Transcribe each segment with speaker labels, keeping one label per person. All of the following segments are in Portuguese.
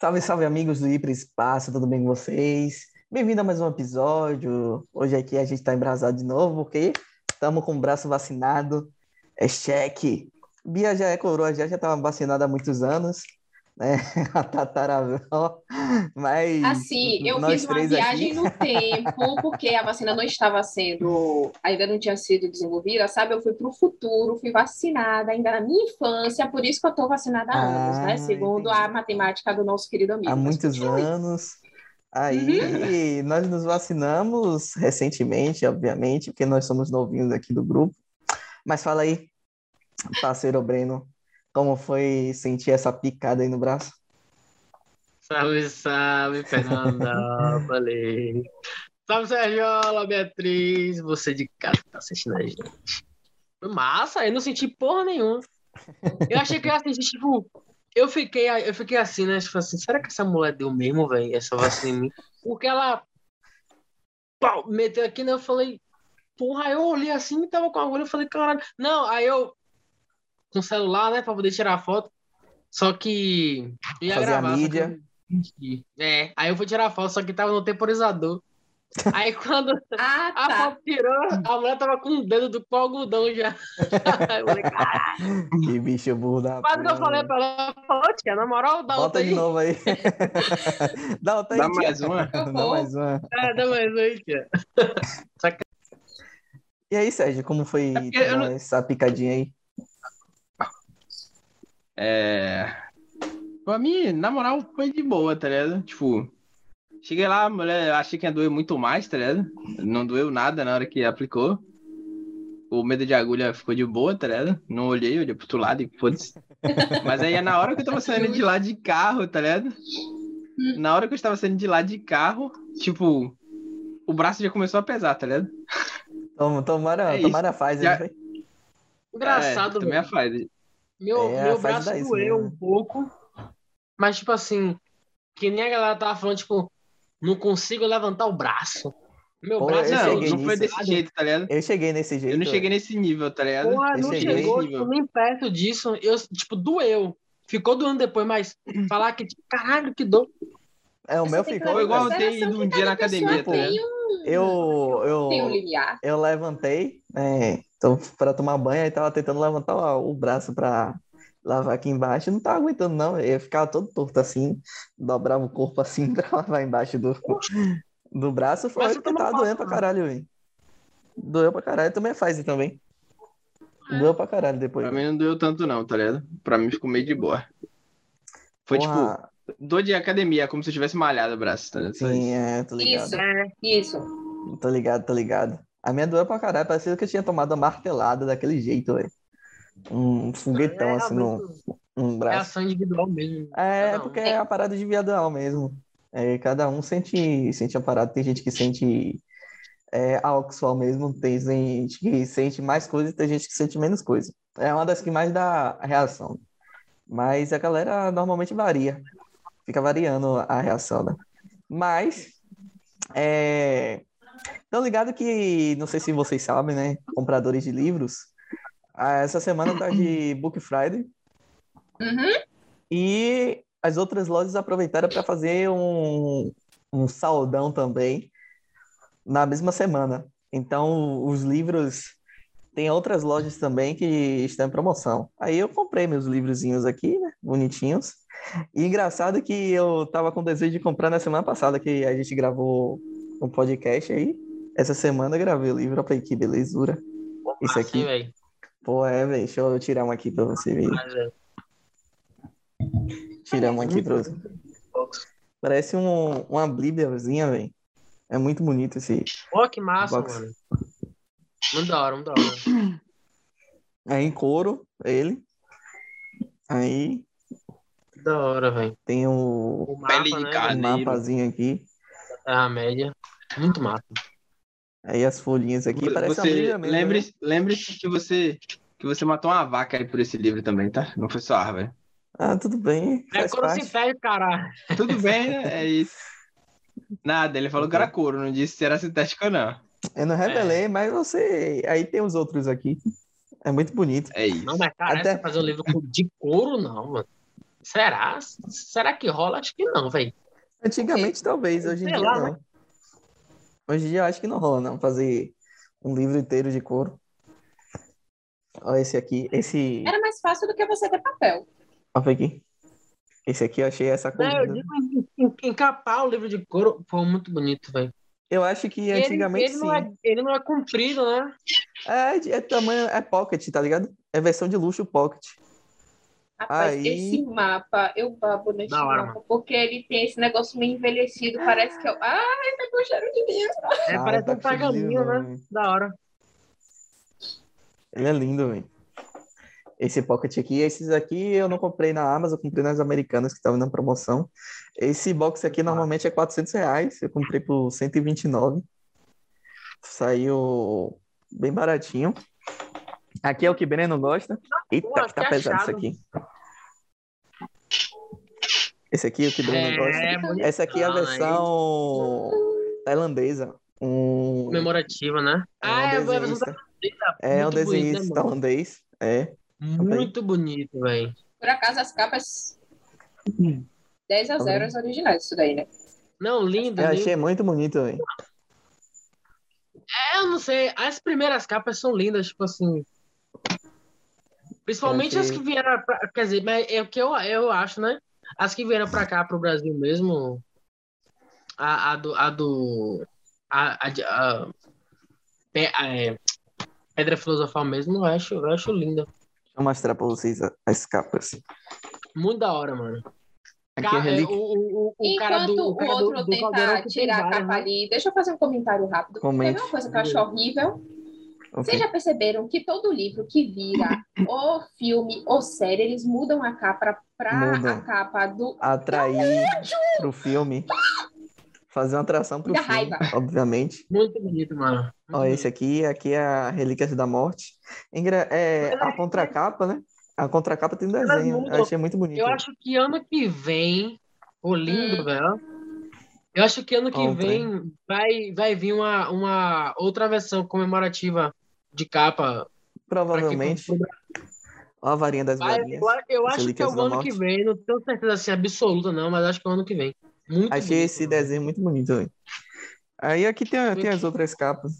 Speaker 1: Salve, salve, amigos do Hiperespaço, tudo bem com vocês? Bem-vindo a mais um episódio. Hoje aqui a gente está embrasado de novo, porque estamos com o braço vacinado. É cheque. Bia já é coroa, já já estava vacinada há muitos anos, né? A tataravó. Mas.
Speaker 2: Assim, eu
Speaker 1: Tipo, nós
Speaker 2: fiz uma
Speaker 1: três
Speaker 2: viagem
Speaker 1: aqui-
Speaker 2: no tempo, porque a vacina não estava sendo, ainda não tinha sido desenvolvida, sabe? Eu fui para o futuro, fui vacinada ainda na minha infância, por isso que eu estou vacinada há anos,
Speaker 1: Ah,
Speaker 2: né? Segundo a
Speaker 1: entendi.
Speaker 2: matemática do nosso querido amigo. Ah,
Speaker 1: há
Speaker 2: Mas
Speaker 1: muitos
Speaker 2: continue.
Speaker 1: anos. Aí nós nos vacinamos recentemente, obviamente, porque nós somos novinhos aqui do grupo. Mas fala aí, parceiro Breno, como foi sentir essa picada aí no braço?
Speaker 3: Salve, salve, Fernandópolis. salve, Sergiola, Beatriz. Você de casa que tá assistindo a gente. Foi Massa, eu não senti porra nenhuma. Eu achei que eu assisti, tipo, eu fiquei, eu fiquei assim, né? Tipo assim, será que essa mulher deu mesmo, velho? Essa vacina em mim? Porque ela pau, meteu aqui, né? Eu falei, porra, eu olhei assim, tava com agulha, eu falei, caralho. Não, aí eu, com o celular, né, pra poder tirar a foto. Só que eu ia
Speaker 1: Fazer a
Speaker 3: gravar. só que
Speaker 1: mídia.
Speaker 3: eu Entendi. É, aí eu fui tirar a foto, só que tava no temporizador. Aí quando
Speaker 2: Ah,
Speaker 3: a
Speaker 2: tá.
Speaker 3: foto tirou, a mulher tava com o dedo do pau algodão já. Aí eu falei, "Caralho."
Speaker 1: Que bicho burro da
Speaker 3: Quase que eu
Speaker 1: porra,
Speaker 3: falei
Speaker 1: né?
Speaker 3: pra ela, eu falei, "Ô, tia, na moral, dá um
Speaker 1: Volta
Speaker 3: outra
Speaker 1: de
Speaker 3: aí.
Speaker 1: novo aí. Dá outra aí,
Speaker 4: Dá
Speaker 1: tia.
Speaker 4: mais uma?
Speaker 3: Tá
Speaker 1: Dá mais uma.
Speaker 3: É, dá mais uma aí, tia.
Speaker 1: E aí, Sérgio, como foi
Speaker 3: É porque eu
Speaker 1: tomar essa picadinha aí?
Speaker 4: É. Pra mim, na moral, foi de boa, tá ligado? Tipo, cheguei lá, a mulher, eu achei que ia doer muito mais, tá ligado? Não doeu nada na hora que aplicou. O medo de agulha ficou de boa, tá ligado? Não olhei, olhei pro outro lado e foda-se. Mas aí é na hora que eu tava saindo de lá de carro, tá ligado? Na hora que eu estava saindo de lá de carro, tipo, o braço já começou a pesar, tá ligado?
Speaker 1: Tom- Tomara,
Speaker 4: É isso.
Speaker 1: tomara a Pfizer,
Speaker 4: Já-
Speaker 1: não foi?
Speaker 3: Engraçado,
Speaker 4: é, também
Speaker 3: velho.
Speaker 4: a fase.
Speaker 3: Meu,
Speaker 1: É,
Speaker 3: meu
Speaker 1: faz
Speaker 3: braço
Speaker 1: dez
Speaker 3: doeu
Speaker 1: mesmo,
Speaker 3: um pouco, mas tipo assim, que nem a galera tava falando, tipo, não consigo levantar o braço. Meu
Speaker 1: Pô, é
Speaker 3: braço
Speaker 1: eu
Speaker 4: Não,
Speaker 1: cheguei
Speaker 4: não foi
Speaker 1: nisso.
Speaker 4: desse jeito, tá ligado?
Speaker 1: Eu cheguei nesse jeito.
Speaker 4: Eu não cheguei nesse nível, tá ligado?
Speaker 3: Porra,
Speaker 1: Eu
Speaker 3: não
Speaker 1: cheguei.
Speaker 3: chegou
Speaker 4: Nível.
Speaker 3: tipo, nem perto disso. Eu, tipo, doeu. Ficou doendo depois, mas falar que, tipo, caralho, que dor.
Speaker 1: É, o
Speaker 2: Você
Speaker 1: meu
Speaker 2: tem que
Speaker 1: ficou.
Speaker 2: levar em
Speaker 4: Foi igual eu ter
Speaker 2: consideração
Speaker 4: ido
Speaker 2: que
Speaker 4: um dia na
Speaker 2: cada pessoa
Speaker 4: academia, tá
Speaker 2: tem
Speaker 4: ligado?
Speaker 2: um-
Speaker 1: Eu, eu,
Speaker 2: Tem um limiar.
Speaker 1: eu levantei, né, tô para tomar banho, aí tava tentando levantar o, o braço para lavar aqui embaixo, não tava aguentando não, eu ficava todo torto assim, dobrava o corpo assim para lavar embaixo do, do braço, foi
Speaker 3: Mas você
Speaker 1: porque
Speaker 3: tomou
Speaker 1: tava
Speaker 3: pau,
Speaker 1: doendo pra
Speaker 3: né?
Speaker 1: caralho, velho. Doeu pra caralho, também é Pfizer também. Doeu pra caralho depois.
Speaker 4: Pra mim não doeu tanto, não, tá ligado? Pra mim ficou meio de boa. Foi
Speaker 1: Porra,
Speaker 4: tipo, dor de academia, como se eu tivesse malhado o braço, tá ligado? Só
Speaker 1: sim,
Speaker 4: isso.
Speaker 1: é, tô ligado.
Speaker 2: Isso, isso.
Speaker 1: Tô ligado, tô ligado. A minha doeu pra caralho, parecia que eu tinha tomado uma martelada daquele jeito, velho. Um foguetão
Speaker 3: É,
Speaker 1: assim no, no
Speaker 3: é
Speaker 1: braço.
Speaker 3: ação individual mesmo.
Speaker 1: É,
Speaker 3: Cada um.
Speaker 1: porque é a parada de viadão mesmo. É, cada um sente, sente a parada. Tem gente que sente é, álcool só mesmo, tem gente que sente mais coisa e tem gente que sente menos coisa. É uma das que mais dá reação. Mas a galera normalmente varia. Fica variando a reação, né? Mas, é... Tão ligado que, não sei se vocês sabem, né? Compradores de livros. ah, Essa semana tá de Book Friday.
Speaker 2: Uhum.
Speaker 1: E as outras lojas aproveitaram para fazer um, um saldão também na mesma semana. Então, os livros. Tem outras lojas também que estão em promoção. Aí eu comprei meus livrozinhos aqui, né? Bonitinhos. E engraçado que eu tava com desejo de comprar na semana passada, que a gente gravou um podcast aí. Essa semana eu gravei o livro. Eu falei, que belezura. Isso
Speaker 3: Assim,
Speaker 1: aqui.
Speaker 3: velho.
Speaker 1: Pô, é, velho. Deixa eu tirar um aqui pra você ver.
Speaker 3: Mas, é velho,
Speaker 1: Tirar um aqui pra você. Parece um, uma bíbliazinha, velho. É muito bonito esse.
Speaker 3: Pô, que massa,
Speaker 1: Box.
Speaker 3: mano. Muito da hora, muito da hora.
Speaker 1: É em couro, ele. Aí
Speaker 3: Muito Da hora, velho.
Speaker 1: tem o
Speaker 3: O
Speaker 4: Pele
Speaker 3: mapa,
Speaker 4: de
Speaker 3: né,
Speaker 4: cara.
Speaker 1: um
Speaker 4: Maneiro.
Speaker 1: mapazinho aqui.
Speaker 3: velho, da Terra média. Muito massa.
Speaker 1: Aí as folhinhas aqui. Parece uma
Speaker 4: Você
Speaker 1: bíblia mesmo. né?
Speaker 4: lembre-se lembre que você que você matou uma vaca aí por esse livro também, tá? Não foi só árvore.
Speaker 1: Ah, tudo bem.
Speaker 3: É
Speaker 1: Faz
Speaker 3: quando se
Speaker 1: parte.
Speaker 3: perde, caralho.
Speaker 4: Tudo bem, né? É isso. Nada, ele falou que era couro, não disse se era sintético ou não.
Speaker 1: Eu não
Speaker 3: É.
Speaker 1: revelei, mas você. Aí tem os outros aqui. É muito bonito.
Speaker 4: É isso.
Speaker 3: Não, mas cara,
Speaker 1: Até-
Speaker 3: essa fazer um livro com- de couro, não, mano. Será? Será que rola? Acho que não, velho.
Speaker 1: Antigamente, talvez, hoje em
Speaker 3: Sei
Speaker 1: dia
Speaker 3: lá, né?
Speaker 1: não. Hoje em dia eu acho que não rola, não, fazer um livro inteiro de couro. Ó, esse aqui, esse.
Speaker 2: Era mais fácil do que você ter papel.
Speaker 1: Ó, aqui. Esse aqui eu achei essa
Speaker 3: Né,
Speaker 1: né?
Speaker 3: Eu
Speaker 1: corrida.
Speaker 3: digo en- encapar o livro de couro. Pô, muito bonito, velho.
Speaker 1: Eu acho que
Speaker 3: Ele,
Speaker 1: antigamente
Speaker 3: ele não é, ele não é comprido, né?
Speaker 1: sim. É, de- é tamanho, é pocket, tá ligado? É versão de luxo pocket.
Speaker 2: Rapaz,
Speaker 1: Aí-
Speaker 2: esse mapa, eu babo nesse
Speaker 3: Da hora,
Speaker 2: mapa, porque ele tem esse negócio meio envelhecido, parece que eu. Ai, tá com cheiro de livro.
Speaker 3: É,
Speaker 1: Ah,
Speaker 3: parece
Speaker 1: tá
Speaker 3: um pergaminho, né?
Speaker 1: velho.
Speaker 3: Da hora.
Speaker 1: Ele é lindo, velho. Esse pocket aqui, esses aqui eu não comprei na Amazon, eu comprei nas americanas que estavam na promoção. Esse box aqui normalmente é 400 reais, eu comprei por 129. Saiu bem baratinho. Aqui é o que Breno gosta. Eita,
Speaker 3: Pô,
Speaker 1: que tá
Speaker 3: que
Speaker 1: pesado isso
Speaker 3: achado.
Speaker 1: aqui. Esse aqui é o que Breno gosta.
Speaker 2: Então,
Speaker 3: bonito.
Speaker 1: Essa aqui é a
Speaker 3: bonitão,
Speaker 1: versão tailandesa. Um...
Speaker 3: Comemorativa, né?
Speaker 1: é um
Speaker 3: Ah, é, a versão
Speaker 1: desenhista.
Speaker 3: tá
Speaker 1: É um
Speaker 3: muito bonito,
Speaker 1: desenhista
Speaker 3: né, mano?
Speaker 1: holandês. É.
Speaker 3: Muito bonito, velho.
Speaker 2: Por acaso, as capas 10 a 0 as originais, isso daí, né?
Speaker 3: Não, lindo,
Speaker 1: Eu
Speaker 3: lindo.
Speaker 1: É, achei muito bonito, velho.
Speaker 3: É, eu não sei. As primeiras capas são lindas, tipo assim. Principalmente
Speaker 1: Eu
Speaker 3: as
Speaker 1: achei-
Speaker 3: que vieram pra, Quer dizer, mas é o que eu, eu acho, né? As que vieram pra cá, pro Brasil mesmo. A, a do. A do. A, a de- a- Pe- a- é, Pedra Filosofal mesmo, eu acho, eu acho linda.
Speaker 1: Deixa eu mostrar pra vocês a- as capas.
Speaker 3: Muito da hora, mano.
Speaker 1: Aqui
Speaker 3: Ca-
Speaker 1: é
Speaker 3: é,
Speaker 1: relíquia.
Speaker 3: o, o, o, o cara
Speaker 2: Enquanto
Speaker 3: do.
Speaker 2: o
Speaker 3: cara do-
Speaker 2: outro
Speaker 3: do caldeirão
Speaker 2: tenta
Speaker 3: que tem
Speaker 2: tirar a
Speaker 3: várias,
Speaker 2: capa
Speaker 3: né?
Speaker 2: ali, deixa eu fazer um comentário rápido.
Speaker 1: Comente.
Speaker 2: Teve uma coisa que eu acho horrível. Vocês
Speaker 1: Ok.
Speaker 2: já perceberam que todo livro que vira ou filme ou série, eles mudam a capa para
Speaker 1: Mudam.
Speaker 2: a capa do.
Speaker 1: Atrair pro filme. Fazer uma atração pro
Speaker 2: Dá
Speaker 1: filme,
Speaker 2: raiva.
Speaker 1: obviamente.
Speaker 3: Muito bonito, mano.
Speaker 1: Ó, esse aqui, aqui é a Relíquias da Morte. Engra- é, a contracapa, né? A contracapa tem um desenho.
Speaker 3: mudam.
Speaker 1: Eu achei muito bonito.
Speaker 3: Eu acho que ano que vem, ô lindo,
Speaker 2: Hum.
Speaker 3: velho. Eu acho que ano que
Speaker 1: Ontem.
Speaker 3: vem vai, vai vir uma, uma outra versão comemorativa de capa. pra quem-
Speaker 1: Provavelmente. Ó a varinha das
Speaker 3: Vai,
Speaker 1: varinhas.
Speaker 3: eu, eu
Speaker 1: As
Speaker 3: acho que é
Speaker 1: Relíquias
Speaker 3: o
Speaker 1: da
Speaker 3: ano
Speaker 1: Morte.
Speaker 3: que vem, não tenho certeza assim absoluta, não, mas acho que é o ano que vem. Muito
Speaker 1: Achei
Speaker 3: bonito,
Speaker 1: esse
Speaker 3: mano.
Speaker 1: desenho muito bonito. velho. Aí aqui tem, tem as outras capas.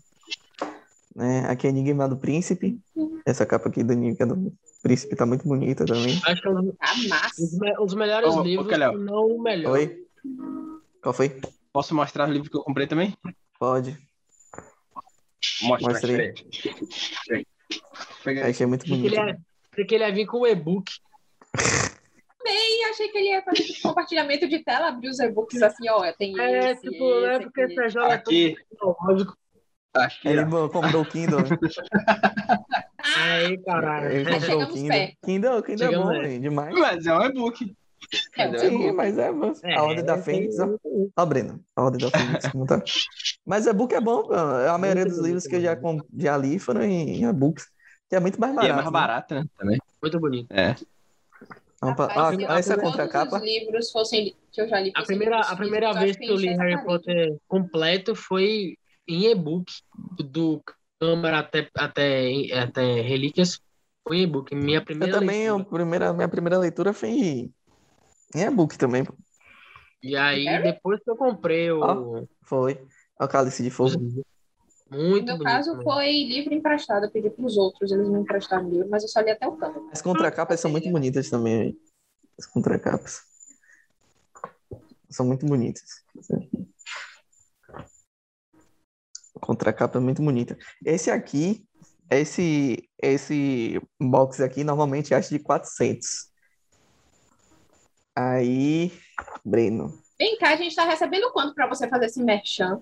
Speaker 1: Né? Aqui é Enigma do Príncipe. Essa capa aqui do Enigma é do Príncipe tá muito bonita também.
Speaker 3: Acho que é um
Speaker 2: A massa.
Speaker 1: Uhum.
Speaker 3: dos me- os melhores
Speaker 4: Ô, ô,
Speaker 3: livros,
Speaker 4: Calhau.
Speaker 3: se não o melhor.
Speaker 1: Oi? Qual foi?
Speaker 4: Posso mostrar o livro que eu comprei também?
Speaker 1: Pode.
Speaker 4: Mostra,
Speaker 1: Mostra aí.
Speaker 4: peraí. Pega aí.
Speaker 1: Achei muito
Speaker 3: Achei que,
Speaker 1: bonito.
Speaker 3: ele é- ia, achei que ele ia vir com o e-book.
Speaker 2: E achei que ele ia fazer tipo, compartilhamento de tela, abrir os e-books assim, ó, tem
Speaker 3: É,
Speaker 2: esse,
Speaker 3: tipo,
Speaker 2: esse,
Speaker 3: né? Porque
Speaker 2: aquele.
Speaker 3: essa joga
Speaker 4: Aqui,
Speaker 3: tecnológico.
Speaker 4: aqui,
Speaker 1: Ele
Speaker 4: ó.
Speaker 1: bo- comprou o Kindle. velho.
Speaker 3: Aí, caralho.
Speaker 1: Ele comprou o
Speaker 2: chegamos
Speaker 1: Kindle.
Speaker 2: perto.
Speaker 1: Kindle, Kindle é
Speaker 3: Chegamos
Speaker 1: bom,
Speaker 3: perto.
Speaker 1: velho, demais.
Speaker 4: Mas é um e-book.
Speaker 2: É,
Speaker 4: Não,
Speaker 1: Sim,
Speaker 4: é bom.
Speaker 1: mas é bom.
Speaker 3: É,
Speaker 1: A Ordem da Fênix, ó. Ó, Breno, a Ordem da Fênix, como tá? Mas e-book é bom, pô. a maioria
Speaker 3: Muito
Speaker 1: dos livros
Speaker 3: bonito,
Speaker 1: que eu já, com- já li foram em em e-books, que é muito mais
Speaker 4: E
Speaker 1: barato.
Speaker 4: é mais
Speaker 1: né?
Speaker 4: barato, né? Também.
Speaker 3: Muito bonito.
Speaker 4: É.
Speaker 1: Vamos pra-
Speaker 2: Rapaz, se
Speaker 1: ó, ó, ah, essa
Speaker 2: assim, todos
Speaker 1: é contracapa.
Speaker 2: os livros fossem que eu já li.
Speaker 3: A
Speaker 2: fossem
Speaker 3: primeira,
Speaker 2: livros
Speaker 3: a primeira
Speaker 2: físicos,
Speaker 3: vez
Speaker 2: acho
Speaker 3: que eu li
Speaker 2: enchia
Speaker 3: Harry
Speaker 2: essa
Speaker 3: Potter completo foi em e-book, do Câmara até, até, até Relíquias, foi em e-book. Minha
Speaker 1: Eu
Speaker 3: primeira
Speaker 1: também, a
Speaker 3: leitura.
Speaker 1: primeira, minha primeira leitura foi em em e-book também. pô.
Speaker 3: E aí,
Speaker 2: Harry?
Speaker 3: depois que eu comprei o...
Speaker 1: Foi. Ó, Cálice de
Speaker 3: os
Speaker 1: Fogo.
Speaker 2: Uhum.
Speaker 3: livros.
Speaker 2: No
Speaker 3: Muito
Speaker 2: meu
Speaker 3: bonito.
Speaker 2: caso,
Speaker 3: mano.
Speaker 2: foi livro emprestado. Eu pedi para os outros, eles me emprestaram o livro, mas eu só li até o canto.
Speaker 1: As contracapas são muito bonitas também. velho. As contracapas. São muito bonitas. A contracapa é muito bonita. Esse aqui, esse, esse box aqui, normalmente acho de 400. Aí, Breno.
Speaker 2: Vem cá, a gente está recebendo quanto para você fazer esse merchan?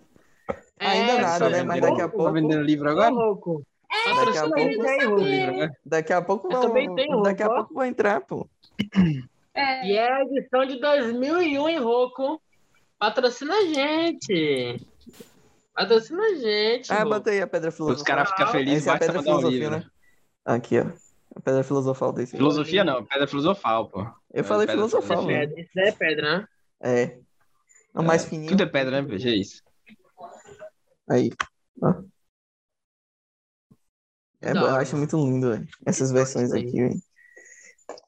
Speaker 1: Ainda
Speaker 3: É,
Speaker 1: nada,
Speaker 3: só
Speaker 1: né?
Speaker 3: um
Speaker 1: Mas
Speaker 3: pouco.
Speaker 1: daqui a
Speaker 4: Tá
Speaker 1: pouco.
Speaker 4: vendendo livro
Speaker 3: Ô,
Speaker 4: agora?
Speaker 3: louco.
Speaker 2: É,
Speaker 1: Daqui a
Speaker 3: Patrocina
Speaker 1: pouco-
Speaker 3: Tá aí, velho,
Speaker 4: Vendendo
Speaker 3: louco.
Speaker 4: livro agora.
Speaker 1: Daqui a pouco
Speaker 3: Eu também tenho
Speaker 1: vão, daqui a
Speaker 3: roupa, ó.
Speaker 1: pouco vai entrar, pô.
Speaker 2: É,
Speaker 3: E é a edição de 2001 em Roco. Patrocina a gente. Patrocina a gente.
Speaker 1: Ah,
Speaker 3: pô.
Speaker 1: bota aí a pedra filosofal.
Speaker 4: Os caras ficam felizes,
Speaker 1: Essa é a
Speaker 4: basta
Speaker 1: pedra
Speaker 4: mandar um
Speaker 1: filosofia,
Speaker 4: livro.
Speaker 1: né? Aqui, ó. A pedra filosofal desse.
Speaker 4: Filosofia não, pedra filosofal, pô.
Speaker 1: Eu falei
Speaker 4: pedra
Speaker 3: Isso é
Speaker 1: filosofal, né?
Speaker 3: pedra, isso é pedra, né?
Speaker 1: É. O mais fininho.
Speaker 4: Tudo é pedra, né, PG? É isso.
Speaker 1: Aí. ó. É,
Speaker 3: Da
Speaker 1: eu
Speaker 3: hora,
Speaker 1: acho
Speaker 3: mano.
Speaker 1: muito lindo, velho. Essas
Speaker 3: Da hora
Speaker 1: versões
Speaker 3: isso aí.
Speaker 1: aqui, velho.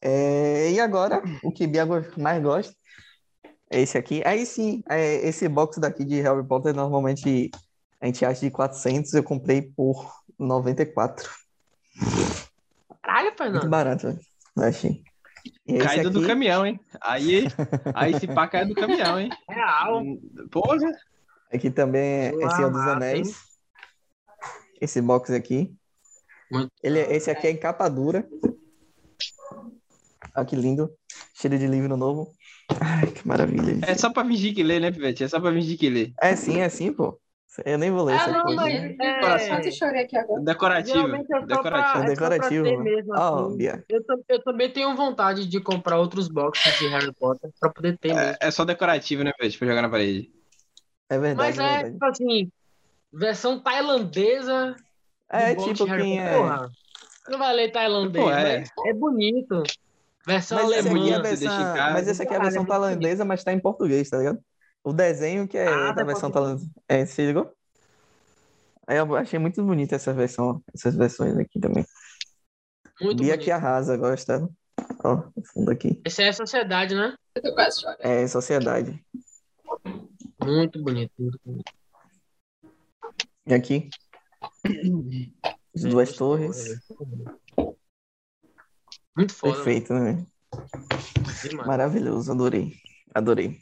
Speaker 1: É, e agora, o que Biago mais gosta é esse aqui. Aí sim, é, esse box daqui de Harry Potter, normalmente a gente acha de 400, eu comprei por 94.
Speaker 3: Caralho,
Speaker 1: Muito
Speaker 3: Fernando.
Speaker 1: barato, velho. Eu achei. E esse
Speaker 4: Caída do
Speaker 1: aqui-
Speaker 4: caminhão, hein? Aí, aí se pá, caiu do caminhão, hein?
Speaker 3: é Real.
Speaker 4: Porra!
Speaker 1: Aqui também é
Speaker 3: Lá,
Speaker 1: Senhor dos
Speaker 3: mata,
Speaker 1: Anéis.
Speaker 3: hein?
Speaker 1: Esse box aqui.
Speaker 3: Muito
Speaker 1: Ele, esse aqui é em capa dura. Olha que lindo. Cheiro de livro novo. Ai, que maravilha. gente.
Speaker 4: É só pra fingir que lê, né, Pivete? É só pra fingir que lê.
Speaker 1: É sim, é sim, pô. Eu nem vou ler
Speaker 3: Ah,
Speaker 1: essa
Speaker 3: não,
Speaker 1: coisa.
Speaker 3: mas.
Speaker 4: Coração.
Speaker 2: Quase
Speaker 3: É...
Speaker 2: chorei aqui agora.
Speaker 4: Decorativo.
Speaker 3: Geralmente é só pra-
Speaker 4: Decorativo.
Speaker 1: É
Speaker 3: é só pra
Speaker 1: decorativo.
Speaker 3: ter mesmo,
Speaker 1: Ó,
Speaker 3: assim.
Speaker 1: Bia.
Speaker 3: Eu, tam- eu também tenho vontade de comprar outros boxes de Harry Potter pra poder ter mesmo.
Speaker 4: É, é só decorativo, né, Pivete? Pra jogar na parede.
Speaker 1: É verdade,
Speaker 3: Mas
Speaker 1: é
Speaker 3: é,
Speaker 1: verdade.
Speaker 3: tipo assim, versão tailandesa. de
Speaker 1: É,
Speaker 3: box
Speaker 1: tipo
Speaker 3: de Harry
Speaker 1: quem
Speaker 3: Potter.
Speaker 1: é.
Speaker 3: Porra, não vai ler tailandês,
Speaker 4: Pô, é.
Speaker 3: é. mas é bonito. Versão
Speaker 1: Mas esse, aqui é a
Speaker 3: alemã.
Speaker 4: você
Speaker 1: versão,
Speaker 4: deixa em casa.
Speaker 1: mas esse aqui é a
Speaker 3: Caralho,
Speaker 1: versão
Speaker 3: é muito bonito.
Speaker 1: tailandesa, mas tá em português, tá ligado? O desenho que é
Speaker 3: Ah, tá
Speaker 1: da
Speaker 3: em
Speaker 1: versão tailandesa. É, você ligou? Aí eu achei muito bonita essa versão, essas versões aqui também.
Speaker 3: Muito
Speaker 1: Bia
Speaker 3: bonito.
Speaker 1: que arrasa, gosta. Ó, o fundo aqui.
Speaker 3: Essa é a sociedade, né?
Speaker 2: Eu tô quase chorando.
Speaker 1: É, Sociedade.
Speaker 3: Muito bonito, muito bonito.
Speaker 1: E aqui? As duas torres.
Speaker 3: Muito foda.
Speaker 1: Perfeito, né?
Speaker 3: demais.
Speaker 1: Maravilhoso, adorei. Adorei.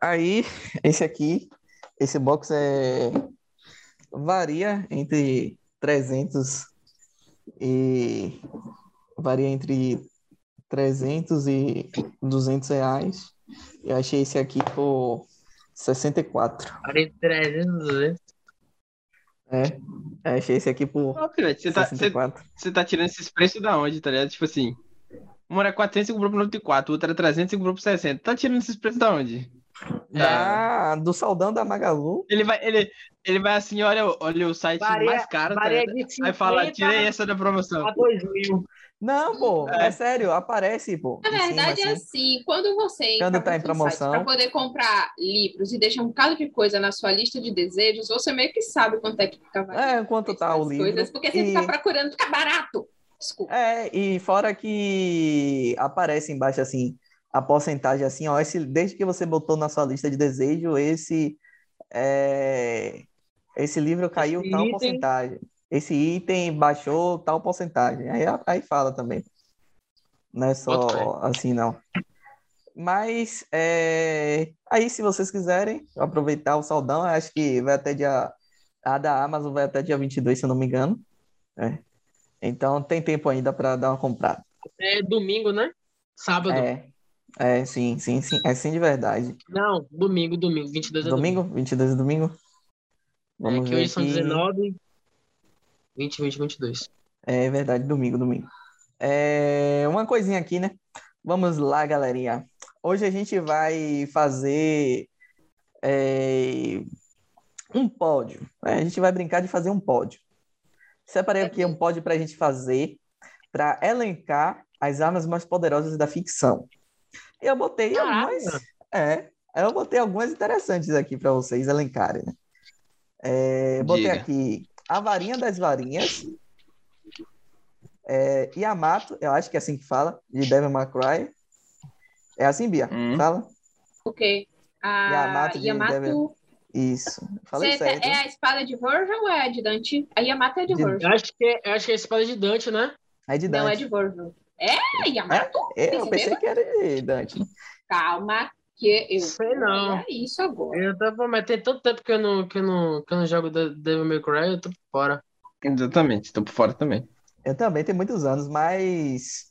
Speaker 1: Aí, esse aqui, esse box é varia entre 300 e varia entre 300 e 200 reais. Eu achei esse aqui por 64.
Speaker 3: Parei né? 300, 200.
Speaker 1: É, eu achei esse aqui por
Speaker 4: Ó, Pivete, você tá, você,
Speaker 1: 64.
Speaker 4: você tá tirando esses preços da onde, tá ligado? Tipo assim, uma era 400 e comprou pro 94, outra era 300 e comprou pro 60. Tá tirando esses preços da onde? tá-
Speaker 1: Ah, do Saldão da Magalu.
Speaker 4: Ele vai, ele, ele vai assim, olha, olha o site
Speaker 3: Varia-
Speaker 4: mais caro, tá
Speaker 3: Parei
Speaker 4: ligado?
Speaker 3: de 50
Speaker 4: Aí fala, tirei essa da promoção.
Speaker 3: a 2000.
Speaker 1: Não, pô, é, sério, aparece, pô.
Speaker 2: Na
Speaker 1: em cima,
Speaker 2: verdade, é
Speaker 1: assim.
Speaker 2: assim, quando você
Speaker 1: Quando tá em promoção.
Speaker 2: para poder comprar livros e deixar um bocado de coisa na sua lista de desejos, você meio que sabe quanto é que fica valendo
Speaker 1: É, quanto tá o
Speaker 2: essas
Speaker 1: livro.
Speaker 2: coisas, porque você
Speaker 1: e,
Speaker 2: fica procurando, fica barato. Desculpa.
Speaker 1: É, e fora que aparece embaixo assim, a porcentagem assim, ó, esse, desde que você botou na sua lista de desejo, esse é, esse livro caiu
Speaker 3: Esse
Speaker 1: tal
Speaker 3: item.
Speaker 1: porcentagem. Esse item baixou tal porcentagem. Aí, aí fala também. Não é só
Speaker 3: Bota fé.
Speaker 1: assim, não. Mas é, aí, se vocês quiserem aproveitar o saldão, eu acho que vai até dia. A da Amazon vai até dia 22, se eu não me engano. É. Então tem tempo ainda para dar uma comprada.
Speaker 3: É domingo, né? Sábado.
Speaker 1: É. É, sim, sim, sim. É sim de verdade.
Speaker 3: Não, domingo, domingo. 22 é domingo.
Speaker 1: Domingo? 22 de domingo?
Speaker 3: é, que
Speaker 1: ver
Speaker 3: hoje são
Speaker 1: aqui.
Speaker 3: 19, 20, 20, 22.
Speaker 1: É verdade, domingo, domingo. É, uma coisinha aqui, né? Vamos lá, galerinha. Hoje a gente vai fazer é, um pódio. né? a gente vai brincar de fazer um pódio. Separei aqui um pódio para a gente fazer para elencar as armas mais poderosas da ficção. Eu botei
Speaker 3: Caraca!
Speaker 1: algumas. É, eu botei algumas interessantes aqui para vocês elencarem. né? É, botei
Speaker 4: Diga.
Speaker 1: aqui a varinha das varinhas. É, Yamato, eu acho que é assim que fala, de Devil May Cry. É assim, Bia?
Speaker 4: Hum.
Speaker 1: Fala?
Speaker 2: Porque a
Speaker 1: Yamato de
Speaker 2: Yamato,
Speaker 1: Devil- Isso. Falei
Speaker 2: Você-
Speaker 1: certo.
Speaker 2: é a espada de Virgil ou é a de Dante? A Yamato é de
Speaker 1: De-
Speaker 3: Eu
Speaker 2: Virgil.
Speaker 3: acho que, eu acho que é a espada de Dante, né?
Speaker 1: É de
Speaker 2: Não, é
Speaker 1: Dante.
Speaker 2: de Virgil. É, Yamato?
Speaker 1: É, eu
Speaker 2: Tem
Speaker 1: pensei que era de Dante.
Speaker 2: Calma, que eu
Speaker 3: Sei não.
Speaker 2: É isso agora.
Speaker 3: Eu tô, pô, mas tem tanto tempo que eu não, que eu não, que eu não jogo De- Devil May Cry, eu tô fora.
Speaker 4: Exatamente, tô por fora também.
Speaker 1: Eu também tenho muitos anos, mas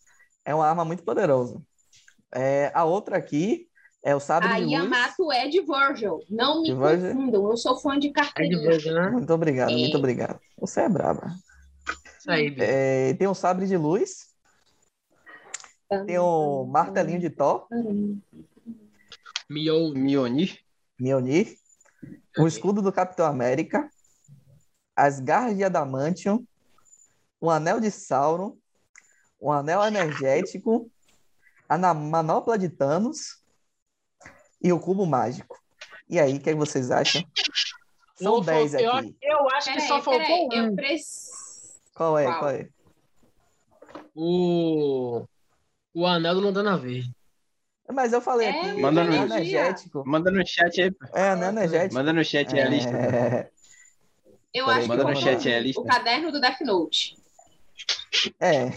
Speaker 1: é uma arma muito poderosa. É, a outra aqui é o sabre
Speaker 2: A
Speaker 1: de luz.
Speaker 2: Yamato é de Virgil. Não me
Speaker 1: De Virgil?
Speaker 2: confundam, eu sou fã de
Speaker 3: É de
Speaker 2: carteirinha.
Speaker 3: verde, né?
Speaker 1: Muito obrigado,
Speaker 2: É.
Speaker 1: muito obrigado. Você é braba.
Speaker 3: Isso aí, bicho.
Speaker 1: É, tem o sabre de luz, tem o martelinho de Thor,
Speaker 3: Miou.
Speaker 4: Mioni.
Speaker 1: Mjolnir, o escudo do Capitão América, as garras de Adamantium, o anel de Sauron, o anel energético, a na- manopla de Thanos e o cubo mágico. E aí, o que vocês acham? São
Speaker 3: Ou fal-
Speaker 1: 10 aqui.
Speaker 3: eu, Eu acho que
Speaker 2: Peraí,
Speaker 3: só
Speaker 2: peraí,
Speaker 3: faltou um.
Speaker 2: eu preciso.
Speaker 1: Qual é?
Speaker 2: Qual?
Speaker 1: Qual é?
Speaker 3: o, o anel do Lanterna Verde.
Speaker 1: Mas eu falei
Speaker 2: É,
Speaker 1: aqui,
Speaker 4: Manda no-
Speaker 1: energético.
Speaker 4: Manda no chat aí, pô.
Speaker 1: É, anel energético.
Speaker 4: manda no chat aí a lista.
Speaker 1: É,
Speaker 2: Eu
Speaker 1: Peraí,
Speaker 2: acho que
Speaker 4: manda no
Speaker 2: faltou
Speaker 4: chat aí a lista.
Speaker 2: o caderno do Death Note.
Speaker 1: é,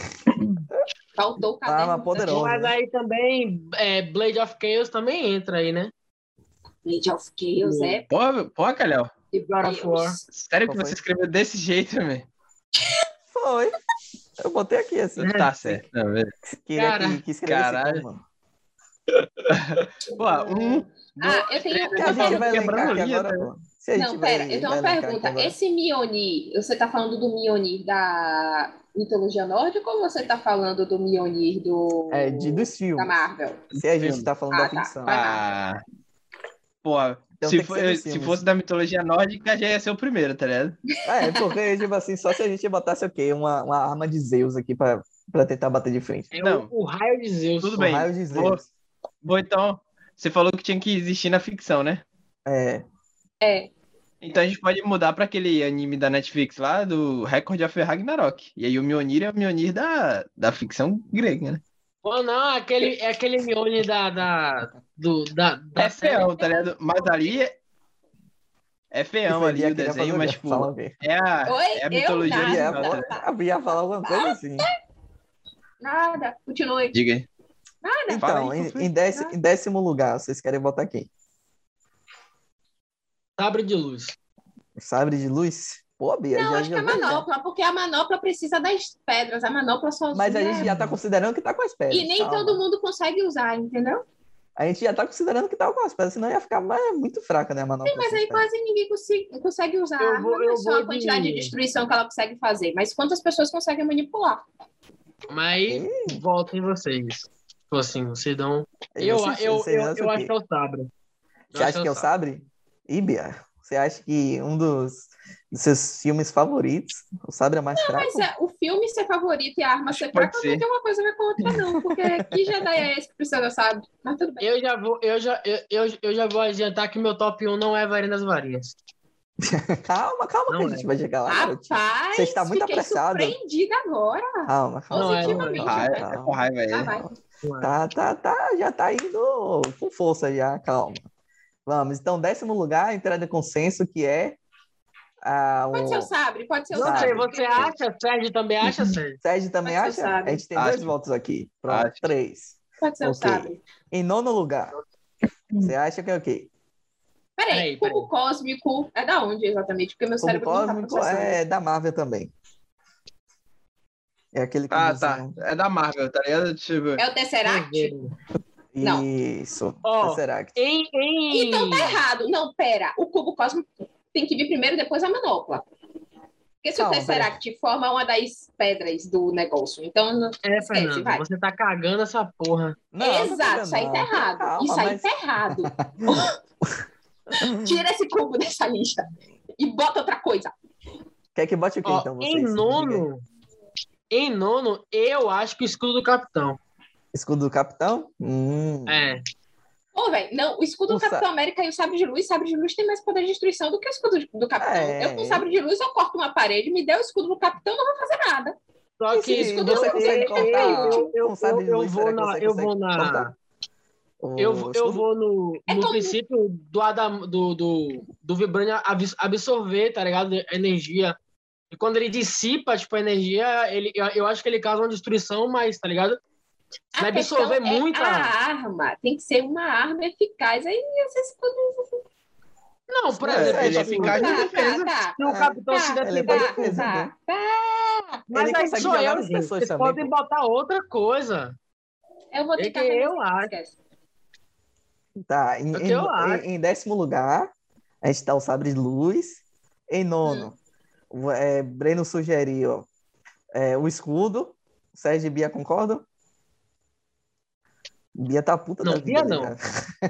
Speaker 2: Faltou o caderno
Speaker 1: arma
Speaker 2: do Death Note.
Speaker 1: poderosa.
Speaker 3: Mas aí também é, Blade of Chaos também entra aí, né?
Speaker 2: Blade of Chaos, é.
Speaker 4: Pô, pô, Calhau.
Speaker 3: E God of War.
Speaker 2: Deus.
Speaker 4: Sério que
Speaker 1: Qual
Speaker 4: você
Speaker 1: foi?
Speaker 4: escreveu desse jeito, velho?
Speaker 1: foi. Eu botei aqui assim.
Speaker 4: Tá certo. Não, velho.
Speaker 1: Queria
Speaker 3: Cara,
Speaker 1: que, que escrevesse
Speaker 4: caralho.
Speaker 1: como, mano.
Speaker 4: Pô, um.
Speaker 2: Ah, eu tenho
Speaker 1: Que a gente
Speaker 2: uma pergunta.
Speaker 1: vai elencar
Speaker 4: Quebrando
Speaker 1: aqui
Speaker 4: linha,
Speaker 1: agora,
Speaker 4: né?
Speaker 1: pô. Se a gente
Speaker 2: Não,
Speaker 1: vai-
Speaker 2: pera, eu tenho uma
Speaker 1: tipo, vai elencar aqui
Speaker 2: pergunta.
Speaker 1: agora.
Speaker 2: Esse Mionir, você tá falando do Mionir da mitologia nórdica ou você tá falando do Mionir do...
Speaker 1: É, de, dos
Speaker 2: da
Speaker 1: filmes.
Speaker 2: Marvel?
Speaker 1: Se a gente tá falando
Speaker 2: Ah,
Speaker 1: da
Speaker 2: tá.
Speaker 1: ficção.
Speaker 2: Vai.
Speaker 4: Ah. Pô,
Speaker 1: Então tem
Speaker 4: se,
Speaker 1: que
Speaker 4: fo- eh,
Speaker 1: ser dos
Speaker 4: se
Speaker 1: filmes.
Speaker 4: fosse da mitologia nórdica, já ia ser o primeiro, tá ligado?
Speaker 2: Ah,
Speaker 1: É, porque, tipo assim, só se a gente botasse, ok, uma, uma arma de Zeus aqui pra, pra tentar bater de frente.
Speaker 3: É
Speaker 4: Não.
Speaker 3: O, o raio de Zeus.
Speaker 4: Tudo
Speaker 1: Um
Speaker 4: bem.
Speaker 1: raio de
Speaker 4: Vou,
Speaker 1: Zeus.
Speaker 4: vou então. Você falou que tinha que existir na ficção, né?
Speaker 1: É,
Speaker 2: É,
Speaker 4: Então a gente pode mudar pra aquele anime da Netflix lá do Record of Ragnarok. E aí o Mionir é o Mionir da, da ficção grega, né?
Speaker 3: Ou não, é aquele, é aquele Mione da, da, do, da, da
Speaker 4: É feão, tá ligado? Mas ali é, é feão
Speaker 1: isso aí
Speaker 4: ali
Speaker 1: ia
Speaker 4: o
Speaker 1: querer
Speaker 4: desenho,
Speaker 1: fazer
Speaker 4: mas
Speaker 1: o quê?
Speaker 4: tipo,
Speaker 1: Fala o quê?
Speaker 4: é a,
Speaker 2: Oi,
Speaker 4: é a
Speaker 2: eu
Speaker 4: mitologia
Speaker 2: nada.
Speaker 1: Ia,
Speaker 4: original, tá
Speaker 1: falar-
Speaker 4: ligado?
Speaker 1: ia falar alguma
Speaker 2: Ah,
Speaker 1: coisa assim.
Speaker 2: nada, continue.
Speaker 4: Diga aí. Fala
Speaker 1: Então,
Speaker 4: aí,
Speaker 1: em,
Speaker 4: qual foi?
Speaker 1: em déci-
Speaker 2: tá.
Speaker 1: em décimo lugar, vocês querem botar quem?
Speaker 3: Sabre de luz.
Speaker 1: Sabre de luz? Pô, Bia,
Speaker 2: Não,
Speaker 1: já
Speaker 2: acho que é a
Speaker 1: jogou, já.
Speaker 2: manopla, porque a manopla precisa das pedras, a manopla sozinha.
Speaker 1: Mas a gente já tá considerando que tá com as pedras.
Speaker 2: E nem
Speaker 1: calma.
Speaker 2: todo mundo consegue usar, entendeu?
Speaker 1: A gente já tá considerando que tá com as pedras, senão ia ficar mais- muito fraca, né, Manoel?
Speaker 2: Mas aí quase ninguém consi- consegue usar.
Speaker 3: Eu
Speaker 2: a arma,
Speaker 3: vou-
Speaker 2: não é
Speaker 3: eu
Speaker 2: só
Speaker 3: vou
Speaker 2: a quantidade de...
Speaker 3: de-
Speaker 2: destruição que ela consegue fazer, mas quantas pessoas conseguem manipular.
Speaker 3: Mas
Speaker 1: Hum.
Speaker 3: voltem vocês. Tipo assim, vocês dão. Eu, eu, eu, eu, acho que é o Sabre. Eu
Speaker 1: Você acha que é o Sabre? Ih, Bia, você acha que um dos, dos seus filmes favoritos, o Sabre é mais fraco?
Speaker 2: Mas é, o filme ser favorito e a arma ser
Speaker 4: pode
Speaker 2: fraca não tem uma coisa a ver com a outra, não. Porque que Jedi é esse que precisa, sabe? Mas tudo bem.
Speaker 3: Eu já vou, eu já, eu, eu, eu já vou adiantar que meu top 1 não é Varinha das Varinhas.
Speaker 2: é-
Speaker 1: Calma, calma que
Speaker 3: Não, é.
Speaker 1: a gente vai chegar lá. garotinho.
Speaker 2: Rapaz,
Speaker 1: Você está muito
Speaker 2: fiquei
Speaker 1: apressado.
Speaker 2: surpreendida agora.
Speaker 1: Calma, calma.
Speaker 3: Não é,
Speaker 1: calma,
Speaker 3: não é.
Speaker 1: calma,
Speaker 4: Raiva, é com
Speaker 1: calma.
Speaker 4: raiva aí.
Speaker 2: Ah, vai.
Speaker 1: Tá, tá, tá, já tá indo com força já, calma. Vamos, então, décimo lugar, entrada em consenso, que é a,
Speaker 2: Pode ser o
Speaker 1: o...
Speaker 2: sabre, pode ser o
Speaker 1: Não
Speaker 3: Não sei,
Speaker 2: sabre.
Speaker 3: você acha, Sérgio também acha, Sérgio?
Speaker 1: Sérgio também
Speaker 2: Pode ser o
Speaker 1: acha?
Speaker 2: Sabre.
Speaker 1: A gente tem
Speaker 4: Acho.
Speaker 1: dois votos aqui. Pronto,
Speaker 4: Acho.
Speaker 1: três.
Speaker 2: Pode ser o
Speaker 1: Ok.
Speaker 2: sabre.
Speaker 1: Em nono lugar, você acha que é o quê?
Speaker 2: Peraí,
Speaker 3: Peraí,
Speaker 2: cubo cósmico é da onde exatamente? Porque meu
Speaker 1: Cubo
Speaker 2: cérebro não tá
Speaker 1: Cósmico
Speaker 2: processando.
Speaker 1: é da Marvel também. É aquele que
Speaker 4: Ah, tá. É da Marvel, tá ligado? Tipo,
Speaker 2: É o Tesseract? Não.
Speaker 1: Isso.
Speaker 3: Ó,
Speaker 1: Tesseract.
Speaker 3: Em, em...
Speaker 2: Então tá errado. Não, pera. O cubo cósmico tem que vir primeiro, depois a manopla. Porque se
Speaker 1: Calma,
Speaker 2: o Tesseract forma uma das pedras do negócio, então não-
Speaker 3: É,
Speaker 2: Esquece,
Speaker 3: Fernando,
Speaker 2: vai.
Speaker 3: você tá cagando essa porra.
Speaker 1: Não, não
Speaker 2: Exato, isso aí
Speaker 1: não.
Speaker 2: tá errado.
Speaker 1: Calma,
Speaker 2: isso aí
Speaker 1: mas-
Speaker 2: tá errado. Tira esse cubo dessa lista e bota outra coisa.
Speaker 1: Quer que bote o quê,
Speaker 3: Ó,
Speaker 1: então, vocês?
Speaker 3: em nono, em nono, eu acho que o escudo do capitão.
Speaker 1: Escudo do Capitão? Hum.
Speaker 3: É.
Speaker 2: Ô, velho, não, o escudo
Speaker 1: O
Speaker 2: do Capitão
Speaker 1: sa-
Speaker 2: América e o sabre de luz, sabre de luz tem mais poder de destruição do que o escudo do Capitão.
Speaker 1: É.
Speaker 2: Eu com o sabre de luz eu corto uma parede, me deu o escudo do Capitão, não vou fazer nada.
Speaker 3: Só
Speaker 1: E
Speaker 3: que
Speaker 1: se
Speaker 3: eu-
Speaker 1: você consegue
Speaker 3: eu-
Speaker 1: cortar
Speaker 3: eu- eu-
Speaker 1: com sabre de
Speaker 3: eu
Speaker 1: luz,
Speaker 3: vou
Speaker 1: será que
Speaker 3: na-
Speaker 1: você
Speaker 3: eu
Speaker 1: consegue
Speaker 3: vou na-
Speaker 1: cortar? O
Speaker 3: Eu, vou- eu
Speaker 1: escudo-
Speaker 3: vou no,
Speaker 2: É
Speaker 3: no
Speaker 2: como-
Speaker 3: princípio do, Adam, do, do, do Vibranium abs- absorver, tá ligado? A energia. E quando ele dissipa, tipo, a energia, ele, eu, eu acho que ele causa uma destruição, mas, tá ligado?
Speaker 2: A
Speaker 3: Vai
Speaker 2: questão
Speaker 3: absorver
Speaker 2: é
Speaker 3: muita.
Speaker 2: A arma tem que ser uma arma eficaz. Aí esse escudo.
Speaker 3: Não, por
Speaker 1: É,
Speaker 3: exemplo,
Speaker 1: ele é
Speaker 3: tipo,
Speaker 4: eficaz na
Speaker 2: Tá,
Speaker 4: defesa.
Speaker 2: tá, tá.
Speaker 3: se o capitão se
Speaker 1: ele é
Speaker 3: defender,
Speaker 1: pra
Speaker 2: tá,
Speaker 1: defesa,
Speaker 2: tá,
Speaker 1: né?
Speaker 2: tá.
Speaker 3: mas
Speaker 1: ele
Speaker 3: aí
Speaker 1: consegue
Speaker 3: sou
Speaker 1: jogar
Speaker 3: eu,
Speaker 1: nas
Speaker 3: gente.
Speaker 1: pessoas
Speaker 3: Vocês
Speaker 1: também,
Speaker 3: podem botar outra coisa.
Speaker 2: Eu vou
Speaker 3: É que
Speaker 2: tentar.
Speaker 3: eu acho.
Speaker 1: Tá, em,
Speaker 3: É o que eu
Speaker 1: em-
Speaker 3: acho.
Speaker 1: em- em décimo lugar, a gente tá o Sabre de Luz. Em nono,
Speaker 3: Hum.
Speaker 1: o- é, Breno sugeriu é, o escudo. Sérgio e Bia concordam? Bia tá puta
Speaker 3: Não,
Speaker 1: da vida.
Speaker 3: Bia
Speaker 1: né,
Speaker 3: não.
Speaker 1: cara?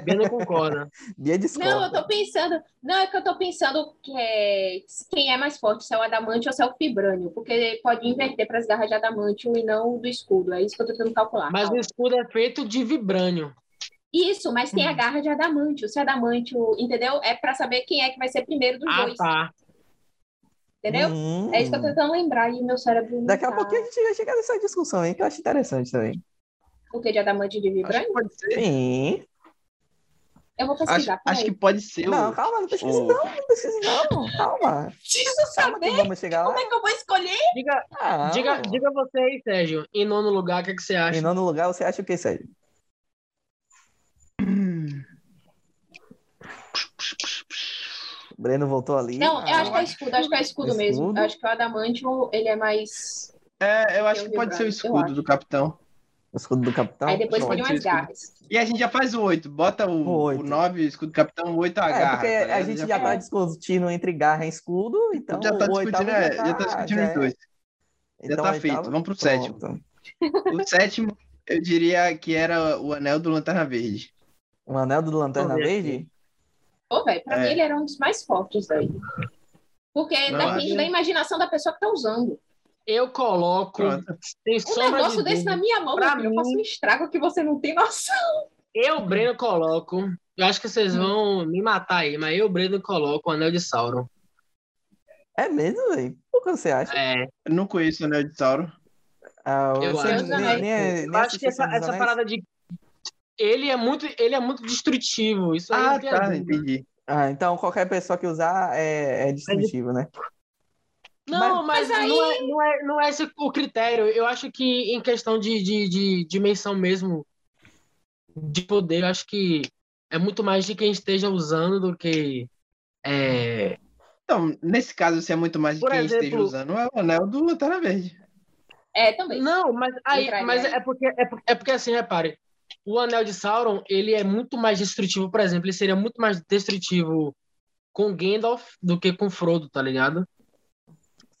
Speaker 3: Bem, não concorda.
Speaker 1: Bia discorda.
Speaker 2: Não, eu tô pensando. Não, é que eu tô pensando que é- quem é mais forte, se é o adamante ou se é o fibrânio. Porque pode inverter para as garras de adamantio e não do escudo. É isso que eu tô tentando calcular.
Speaker 3: Mas o
Speaker 2: Calma.
Speaker 3: escudo é feito de vibrânio.
Speaker 2: Isso, mas tem a garra de adamantio. Se é adamantio, entendeu? É para saber quem é que vai ser primeiro dos
Speaker 3: Ah,
Speaker 2: dois.
Speaker 3: tá.
Speaker 2: Entendeu?
Speaker 1: Hum.
Speaker 2: É isso que eu tô tentando lembrar e meu cérebro. não
Speaker 1: Daqui a
Speaker 2: tá.
Speaker 1: pouquinho a gente vai chegar nessa discussão aí, que eu acho interessante também.
Speaker 2: O que de adamante de
Speaker 3: Acho
Speaker 2: vibrante?
Speaker 3: que pode ser.
Speaker 1: Sim.
Speaker 2: Eu vou
Speaker 4: Acho,
Speaker 2: pesquisar.
Speaker 4: acho
Speaker 2: peraí.
Speaker 4: que pode ser.
Speaker 1: Não,
Speaker 4: o-
Speaker 1: calma, não pesquisa
Speaker 3: Hum.
Speaker 4: o-
Speaker 1: não, não pesquisa não. Calma.
Speaker 2: Preciso
Speaker 1: Calma que
Speaker 2: saber
Speaker 1: vamos chegar lá.
Speaker 2: como é que eu vou escolher.
Speaker 3: Diga,
Speaker 1: Ah,
Speaker 3: diga, diga você aí, Sérgio. Em nono lugar, o que, que você acha?
Speaker 1: Em nono lugar, você acha o que, Sérgio? O Breno voltou ali.
Speaker 2: Não, eu
Speaker 1: Ah,
Speaker 2: acho que é escudo, acho que é escudo, mesmo.
Speaker 1: Escudo.
Speaker 2: Eu acho que o adamantium, ele é mais.
Speaker 4: É, eu acho
Speaker 2: Eu
Speaker 4: que pode
Speaker 2: vibrante,
Speaker 4: ser o
Speaker 2: eu
Speaker 4: escudo
Speaker 2: acho.
Speaker 4: do capitão.
Speaker 1: O escudo do capitão.
Speaker 2: Aí depois
Speaker 4: não,
Speaker 2: escolhe
Speaker 4: pode ser
Speaker 2: umas
Speaker 4: escudo.
Speaker 2: garras.
Speaker 4: E a gente já faz o 8. Bota o,
Speaker 1: O oito.
Speaker 4: o 9, o escudo do capitão, o 8 a
Speaker 1: É,
Speaker 4: garra.
Speaker 1: porque
Speaker 4: tá
Speaker 1: a
Speaker 4: ligado?
Speaker 1: gente já tá
Speaker 4: faz.
Speaker 1: discutindo entre garra e escudo, então
Speaker 4: já tá
Speaker 1: o oitavo
Speaker 4: discutindo, é, já tá discutindo
Speaker 1: já
Speaker 4: os
Speaker 1: é-
Speaker 4: dois. Já
Speaker 1: então o
Speaker 4: tá
Speaker 1: oitavo-
Speaker 4: feito. Vamos pro sétimo.
Speaker 1: Pronto.
Speaker 4: O sétimo, eu diria que era o anel do Lanterna Verde.
Speaker 1: O anel do Lanterna
Speaker 3: Vamos ver
Speaker 1: Verde?
Speaker 2: Ô, velho, pra
Speaker 4: É.
Speaker 2: mim ele era um dos mais fortes daí. Porque
Speaker 4: Não,
Speaker 2: depende
Speaker 3: acho-
Speaker 2: da imaginação da pessoa que tá usando.
Speaker 3: Eu coloco.
Speaker 4: Pronto.
Speaker 3: Tem
Speaker 2: Um
Speaker 3: sombra
Speaker 2: negócio
Speaker 3: de
Speaker 2: desse
Speaker 3: dúvida.
Speaker 2: na minha mão,
Speaker 3: Pra
Speaker 2: meu filho, eu faço
Speaker 3: mim-
Speaker 2: um estrago que você não tem noção.
Speaker 3: Eu, Breno, coloco. Eu acho que
Speaker 2: Hum.
Speaker 3: vocês vão me matar aí, mas eu, Breno, coloco o Anel de Sauron.
Speaker 1: É mesmo, velho? O que você acha?
Speaker 3: É,
Speaker 4: Eu não conheço o anel de Sauron.
Speaker 1: Ah,
Speaker 3: Eu
Speaker 1: você
Speaker 2: acho.
Speaker 1: nem- nem- é nem
Speaker 3: eu acho que
Speaker 1: assistiu
Speaker 3: essa,
Speaker 1: Senhor dos
Speaker 3: essa
Speaker 1: Anéis?
Speaker 3: parada de. Ele é muito, ele é muito destrutivo. Isso aí
Speaker 4: Ah,
Speaker 3: não tem
Speaker 4: tá,
Speaker 3: dúvida.
Speaker 4: entendi.
Speaker 1: Ah, então qualquer pessoa que usar é, é distintivo, né?
Speaker 3: Não, mas,
Speaker 2: Mas aí-
Speaker 3: não, é, não, é, não é esse o critério. Eu acho que em questão de, de, de dimensão mesmo de poder, eu acho que é muito mais de quem esteja usando do que. É...
Speaker 4: Então, nesse caso, se é muito mais de
Speaker 3: Por
Speaker 4: quem esteja
Speaker 3: exemplo-
Speaker 4: usando, é o anel do Lanterna Verde.
Speaker 2: É, também.
Speaker 3: Não, mas aí,
Speaker 2: Entraria
Speaker 3: mas
Speaker 2: aí.
Speaker 3: é porque é, por- é porque assim, repare, o Anel de Sauron ele é muito mais destrutivo, por exemplo, ele seria muito mais destrutivo com Gandalf do que com Frodo, tá ligado?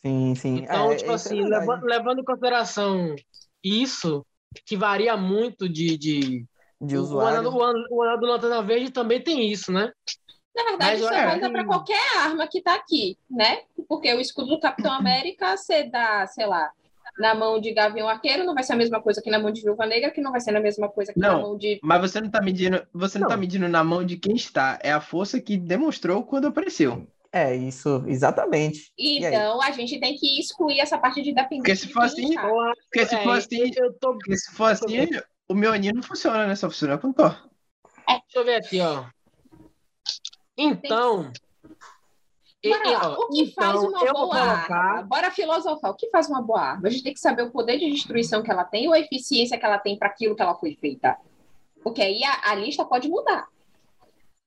Speaker 1: Sim, sim.
Speaker 3: Então,
Speaker 1: É, isso
Speaker 3: tipo
Speaker 1: é
Speaker 3: assim,
Speaker 1: verdade.
Speaker 3: leva- levando em consideração isso, que varia muito de. de...
Speaker 1: de
Speaker 3: o,
Speaker 1: usuário.
Speaker 3: anel, o anel- o anel do Lanterna Verde também tem isso, né?
Speaker 2: Na verdade,
Speaker 3: Mas
Speaker 2: isso
Speaker 3: olha,
Speaker 2: conta
Speaker 4: hum.
Speaker 2: pra qualquer arma que tá aqui, né? Porque o escudo do Capitão América, você dá, sei lá, na mão de Gavião Arqueiro, não vai ser a mesma coisa que na mão de Viúva Negra, que não vai ser a mesma coisa que na
Speaker 4: Não.
Speaker 2: mão de...
Speaker 4: Mas você não tá medindo, você não,
Speaker 3: Não.
Speaker 4: tá medindo na mão de quem está, é a força que demonstrou quando apareceu.
Speaker 1: É, isso, exatamente. E aí?
Speaker 2: Então, a gente tem que excluir essa parte de depender
Speaker 4: Porque se
Speaker 2: de
Speaker 4: for
Speaker 2: quem
Speaker 4: assim,
Speaker 2: está.
Speaker 3: Ou a-
Speaker 4: Porque se
Speaker 3: é,
Speaker 4: for assim,
Speaker 3: eu tô.
Speaker 4: porque se for assim, o meu anil não funciona, né? Só funciona com Thor.
Speaker 3: Deixa eu ver aqui, ó. Então. e-
Speaker 2: Bora lá,
Speaker 3: ó,
Speaker 2: o que faz
Speaker 3: então,
Speaker 2: uma
Speaker 3: eu vou
Speaker 2: boa arma?
Speaker 3: colocar.
Speaker 2: Bora filosofar. O que faz uma boa arma? A gente tem que saber o poder de destruição que ela tem ou a eficiência que ela tem para aquilo que ela foi feita. Porque aí a, a lista pode mudar.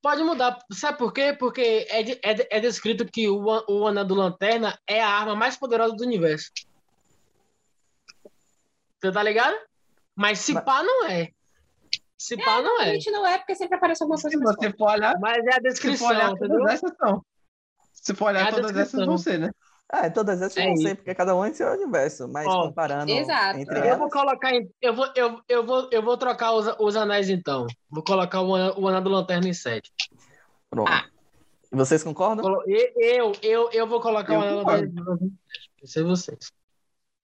Speaker 3: Pode mudar. Sabe por quê? Porque é, de- é, de- é descrito que o, an- o Anel do Lanterna é a arma mais poderosa do universo. Você tá ligado? Mas se
Speaker 1: Mas-
Speaker 3: pá, não é. Se pá, não
Speaker 2: A
Speaker 3: é.
Speaker 2: gente não é, porque sempre aparece alguma
Speaker 4: Se
Speaker 2: coisa mais
Speaker 4: você for olhar,
Speaker 3: Mas é a
Speaker 4: se
Speaker 3: descrição,
Speaker 4: for olhar
Speaker 3: entendeu?
Speaker 4: todas essas são. Se for
Speaker 3: É
Speaker 4: olhar
Speaker 3: a
Speaker 4: todas essas
Speaker 3: descrição.
Speaker 4: vão ser, né?
Speaker 1: Ah, todas essas
Speaker 3: É
Speaker 1: eu não sei, porque cada um é seu universo, mas
Speaker 3: Ó,
Speaker 1: comparando
Speaker 2: Exato.
Speaker 1: entre
Speaker 3: Eu vou
Speaker 1: elas.
Speaker 3: colocar. em- Eu vou, eu, eu vou, eu vou trocar os, os anéis então. Vou colocar o, an- o anel do lanterna em 7.
Speaker 1: Pronto. E Vocês concordam?
Speaker 3: Eu, eu, eu vou colocar
Speaker 4: Eu
Speaker 3: o anel do
Speaker 4: concordo.
Speaker 3: lanterna. Não sei é vocês.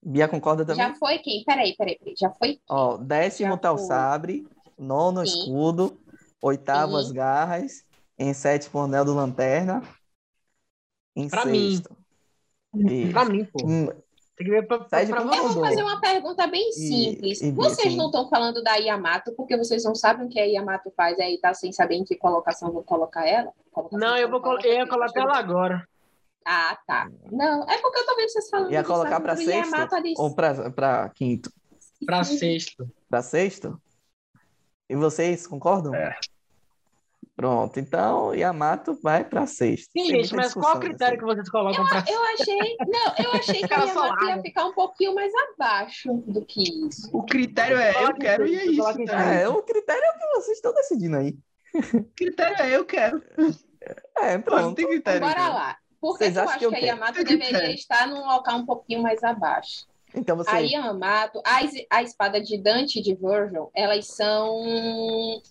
Speaker 1: Bia concorda
Speaker 2: forte.
Speaker 1: também?
Speaker 2: Já foi quem? Peraí, peraí, peraí. Já foi?
Speaker 1: Ó, décimo
Speaker 2: Já
Speaker 1: tá o
Speaker 2: foi.
Speaker 1: sabre, nono
Speaker 2: Sim.
Speaker 1: escudo, oitavo
Speaker 2: Sim.
Speaker 1: as garras, em sétimo o anel do lanterna, em
Speaker 3: Pra mim.
Speaker 1: sexto. Hum, Mim.
Speaker 3: Pra mim, pô. Tem que ver pra, pra,
Speaker 1: Sérgio,
Speaker 3: pra
Speaker 1: como
Speaker 2: Eu vou
Speaker 1: Mudou.
Speaker 2: fazer uma pergunta bem simples.
Speaker 1: e-
Speaker 2: vocês
Speaker 1: sim.
Speaker 2: não estão falando da Yamato porque vocês não sabem o que a Yamato faz aí tá sem saber em que colocação vou colocar ela? Colocação
Speaker 3: Não,
Speaker 2: que
Speaker 3: eu vou colo-
Speaker 2: coloco
Speaker 3: eu ia
Speaker 2: aqui,
Speaker 3: colocar ela Hum. agora.
Speaker 2: Ah, tá. Não, é porque eu tô vendo vocês falando.
Speaker 1: Ia
Speaker 2: do
Speaker 1: colocar
Speaker 2: Sabu
Speaker 1: pra
Speaker 2: do
Speaker 1: sexto?
Speaker 2: Yamato ali.
Speaker 1: Ou pra, pra quinto?
Speaker 3: Pra sexto.
Speaker 1: Pra sexto? E vocês concordam?
Speaker 4: É.
Speaker 1: Pronto, então Yamato vai pra sexto.
Speaker 3: Sim,
Speaker 1: Tem
Speaker 3: gente,
Speaker 1: muita
Speaker 3: mas qual o
Speaker 1: discussão
Speaker 3: critério que vocês colocam pra
Speaker 2: Eu achei, não, eu achei que a
Speaker 3: Cara, só
Speaker 2: Yamato ia
Speaker 3: água.
Speaker 2: ficar um pouquinho mais abaixo do que isso.
Speaker 4: O critério é eu
Speaker 3: Coloca em
Speaker 4: quero e é
Speaker 3: sexto,
Speaker 4: isso.
Speaker 3: coloca em
Speaker 4: tá?
Speaker 1: nessa aí. É, o critério é o que vocês estão decidindo aí.
Speaker 4: O critério é eu quero.
Speaker 1: É,
Speaker 4: Pô, não
Speaker 1: pronto.
Speaker 4: tem critério.
Speaker 2: Bora
Speaker 4: cara.
Speaker 2: lá. Por que
Speaker 1: Vocês
Speaker 2: que eu
Speaker 1: acham que
Speaker 2: acho que,
Speaker 1: eu
Speaker 2: a
Speaker 1: quero?
Speaker 2: Yamato
Speaker 4: Eu
Speaker 2: deveria
Speaker 4: quero.
Speaker 2: estar num local um pouquinho mais abaixo?
Speaker 1: Então você.
Speaker 2: A Yamato, a, es- a espada de Dante e de Virgil, elas são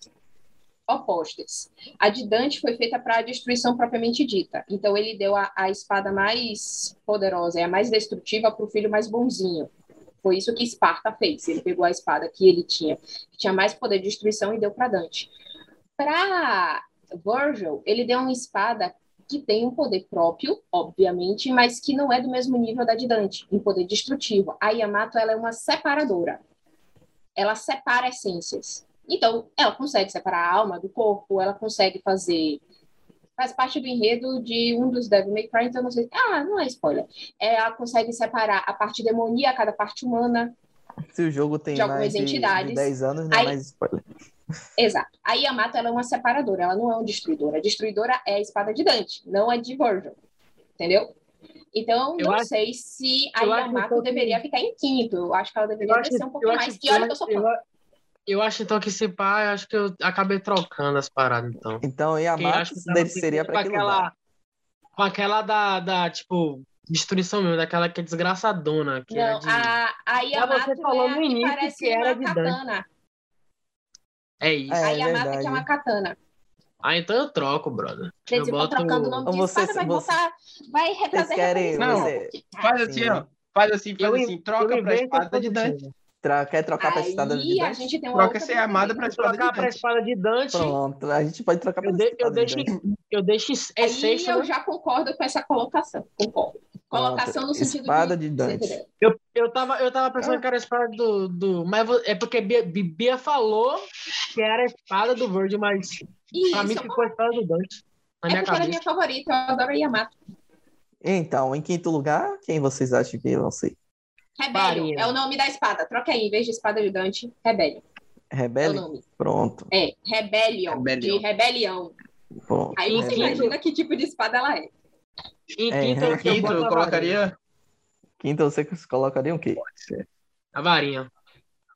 Speaker 2: opostas. A de Dante foi feita para a destruição propriamente dita. Então ele deu a, a espada mais poderosa e a mais destrutiva para o filho mais bonzinho. Foi isso que Esparta fez. Ele pegou a espada que ele tinha, que tinha mais poder de destruição, e deu para Dante. Para Virgil, ele deu uma espada que tem um poder próprio, obviamente, mas que não é do mesmo nível da de Dante, em poder destrutivo. A Yamato ela é uma separadora. Ela separa essências. Então, ela consegue separar a alma do corpo, ela consegue fazer faz parte do enredo de um dos Devil May Cry, então não sei. Ah, não é spoiler. É, ela consegue separar a parte demoníaca da parte humana.
Speaker 1: Se o jogo tem
Speaker 2: De algumas
Speaker 1: mais de, de
Speaker 2: entidades.
Speaker 1: 10 anos, não é
Speaker 2: Aí-
Speaker 1: mais spoiler.
Speaker 2: Exato. A Yamato ela é uma separadora, ela não é um destruidor. A destruidora é a espada de Dante, não a de Virgil. Entendeu? Então,
Speaker 3: Eu
Speaker 2: não
Speaker 3: acho-
Speaker 2: sei se a
Speaker 3: eu acho
Speaker 2: Yamato
Speaker 3: então que-
Speaker 2: deveria ficar em quinto. Eu acho que ela
Speaker 3: É,
Speaker 2: deveria descer um pouquinho mais. E
Speaker 3: então
Speaker 2: olha que eu sou fã.
Speaker 3: eu a- eu acho então que se pá, eu acho que eu acabei trocando as paradas, então.
Speaker 1: Então,
Speaker 3: Quem acha
Speaker 1: Yamato
Speaker 3: que tava
Speaker 1: dele seria
Speaker 3: com
Speaker 1: pra aquele lugar.
Speaker 3: aquela, com aquela da, da, tipo, destruição mesmo, daquela que é desgraçadona. Que é,
Speaker 2: Não,
Speaker 3: de- Ah,
Speaker 2: a, a Yamato
Speaker 3: você falou
Speaker 2: é a
Speaker 3: no
Speaker 2: que
Speaker 3: início
Speaker 2: parece
Speaker 3: que era de
Speaker 2: uma
Speaker 3: Dante.
Speaker 2: katana.
Speaker 3: é isso.
Speaker 1: É.
Speaker 2: a Yamato que
Speaker 1: verdade.
Speaker 2: é uma katana.
Speaker 3: Ah, então eu troco, brother.
Speaker 2: Eles
Speaker 3: eu
Speaker 2: vão
Speaker 3: boto...
Speaker 2: trocando o nome de
Speaker 1: Você-
Speaker 2: espada, vai
Speaker 1: você-
Speaker 2: botar. Vai retrazer.
Speaker 1: querem-
Speaker 2: retrazer,
Speaker 4: você-
Speaker 2: retrazer.
Speaker 4: Faz
Speaker 1: Sim.
Speaker 4: assim, ó. Faz assim, faz
Speaker 3: Eu
Speaker 4: assim.
Speaker 3: in-
Speaker 4: Troca
Speaker 3: eu
Speaker 4: pra
Speaker 3: invento
Speaker 4: espada de
Speaker 3: tudo.
Speaker 4: Dante.
Speaker 1: Tra- Quer trocar pra estada de
Speaker 2: Aí a
Speaker 1: Dante?
Speaker 2: gente tem uma
Speaker 4: Troca
Speaker 2: outra
Speaker 4: ser
Speaker 2: também.
Speaker 4: amada pra espada de
Speaker 3: Trocar pra
Speaker 4: Dante.
Speaker 3: espada de Dante,
Speaker 1: Pronto, a gente pode trocar
Speaker 3: eu,
Speaker 1: pra
Speaker 3: de- eu
Speaker 1: espada de
Speaker 3: deixo,
Speaker 1: Dante.
Speaker 3: eu deixo é
Speaker 2: Aí
Speaker 3: sexto,
Speaker 2: eu
Speaker 3: né?
Speaker 2: já concordo com essa colocação. Concordo. Colocação no
Speaker 1: Pronto,
Speaker 2: sentido
Speaker 1: espada
Speaker 2: de.
Speaker 1: de
Speaker 2: você
Speaker 1: Dante.
Speaker 2: entendeu?
Speaker 3: Eu, eu, tava, eu tava pensando que era a espada do. do mas vo- é porque Bia, Bi- Bia falou que era a espada do Verde, mas
Speaker 2: E
Speaker 3: pra mim
Speaker 2: isso
Speaker 3: ficou a espada do Dante. Ah, Na
Speaker 2: é
Speaker 3: minha
Speaker 2: porque ela é
Speaker 3: cabeça.
Speaker 2: minha favorita. Eu adoro a Yamato.
Speaker 1: Então, em quinto lugar, quem vocês acham que vão ser?
Speaker 2: Rebellion
Speaker 3: Farinha.
Speaker 2: é o nome da espada. Troca aí, em vez de espada de Dante, Rebellion. É o
Speaker 1: Rebelde?
Speaker 2: nome.
Speaker 1: Pronto,
Speaker 2: É, Rebellion.
Speaker 4: Rebellion.
Speaker 2: De rebelião.
Speaker 1: pronto.
Speaker 2: Aí você
Speaker 3: Rebellion. Uhum.
Speaker 2: imagina que tipo de espada ela é.
Speaker 3: Em
Speaker 1: É,
Speaker 3: quinto,
Speaker 1: em
Speaker 3: eu,
Speaker 4: Quinto,
Speaker 3: boto
Speaker 4: eu
Speaker 3: a varinha.
Speaker 4: colocaria.
Speaker 1: Quinto, então você colocaria o quê?
Speaker 3: A varinha.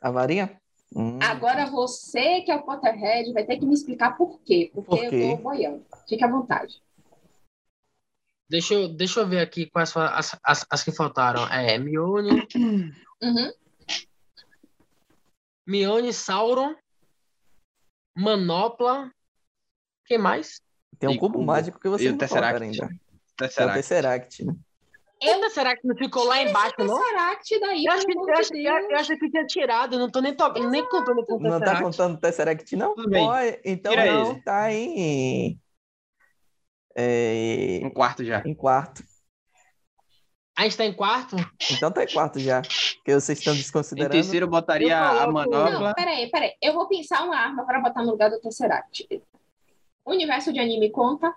Speaker 1: A varinha? Hum,
Speaker 2: Agora você que é o Potterhead vai ter que me explicar por quê. Porque
Speaker 1: Por quê?
Speaker 2: eu tô boiando. Fique à vontade.
Speaker 3: Deixa eu, deixa eu ver aqui quais foram as, as, as que faltaram. É Mione,
Speaker 2: Uhum.
Speaker 3: Mione, Sauron, Manopla. Quem mais?
Speaker 1: Tem um
Speaker 4: E
Speaker 1: cubo
Speaker 4: cubo.
Speaker 1: mágico que você
Speaker 4: E o
Speaker 1: não colocaram
Speaker 4: Tesseract.
Speaker 1: ainda. É o
Speaker 4: Tesseract.
Speaker 1: Tesseract, né?
Speaker 3: Eita, será que não ficou lá embaixo, não?
Speaker 2: Tesseract daí,
Speaker 3: Eu acho, que,
Speaker 2: pelo
Speaker 3: eu,
Speaker 2: amor
Speaker 3: acho,
Speaker 2: de
Speaker 3: eu acho- eu
Speaker 2: Deus.
Speaker 3: acho que tinha tirado, eu não tô nem, to- nem contando com o
Speaker 1: Não tá
Speaker 3: Tesseract.
Speaker 1: contando o Tesseract, não?
Speaker 4: Tudo bem.
Speaker 1: Ó, então
Speaker 4: Tira
Speaker 1: não
Speaker 4: ele.
Speaker 1: tá em... é,
Speaker 4: Um quarto já.
Speaker 1: em quarto.
Speaker 3: A gente tá em quarto?
Speaker 1: Então tá em quarto já. Que vocês estão
Speaker 4: Em
Speaker 1: desconsiderando.
Speaker 4: terceiro, eu botaria
Speaker 3: Eu coloco-
Speaker 4: a manopla.
Speaker 2: Não, peraí, peraí. Eu vou pensar uma arma para botar no lugar do Tesseract. Universo de anime conta.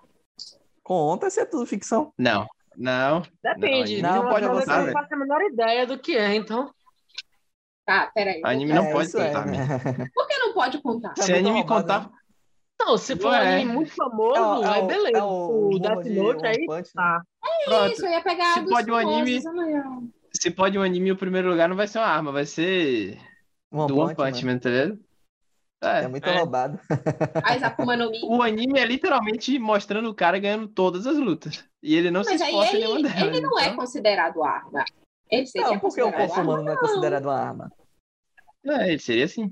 Speaker 1: Conta se é tudo ficção.
Speaker 4: Não. Não.
Speaker 3: Depende.
Speaker 1: Não,
Speaker 3: né?
Speaker 1: pode
Speaker 3: Mas
Speaker 1: avançar,
Speaker 3: Eu não
Speaker 1: velho.
Speaker 3: faço a menor ideia do que é, então.
Speaker 2: Tá, peraí.
Speaker 4: Anime não
Speaker 1: É,
Speaker 4: pode tá?
Speaker 1: isso é,
Speaker 4: contar,
Speaker 1: né?
Speaker 4: amigo.
Speaker 2: Por que não pode contar?
Speaker 1: Tá
Speaker 4: Se
Speaker 1: muito
Speaker 4: anime
Speaker 1: roubado,
Speaker 4: contar.
Speaker 3: Não, se for um
Speaker 4: Ué.
Speaker 3: anime muito
Speaker 1: né?
Speaker 3: famoso,
Speaker 1: É
Speaker 3: aí beleza. o, Death Note aí, tá.
Speaker 4: Pronto.
Speaker 2: Isso, eu ia pegar
Speaker 4: Se
Speaker 2: dos
Speaker 4: pode o
Speaker 2: famosos
Speaker 4: anime-
Speaker 2: amanhã.
Speaker 4: Se pode um anime, o primeiro lugar não vai ser uma arma, vai ser do One Punch Man, tá ligado?
Speaker 1: É
Speaker 4: É.
Speaker 1: muito
Speaker 3: É.
Speaker 1: roubado.
Speaker 2: As Akuma no Mi.
Speaker 4: O anime é literalmente mostrando o cara ganhando todas as lutas. E ele não se
Speaker 2: Mas aí
Speaker 4: esforça em
Speaker 2: ele,
Speaker 4: nenhuma delas.
Speaker 2: ele não é
Speaker 4: então-
Speaker 2: considerado arma. Ele seria
Speaker 1: Não, porque o
Speaker 2: considerado
Speaker 1: corpo
Speaker 2: arma.
Speaker 1: humano não é considerado uma arma.
Speaker 4: É, ele seria assim.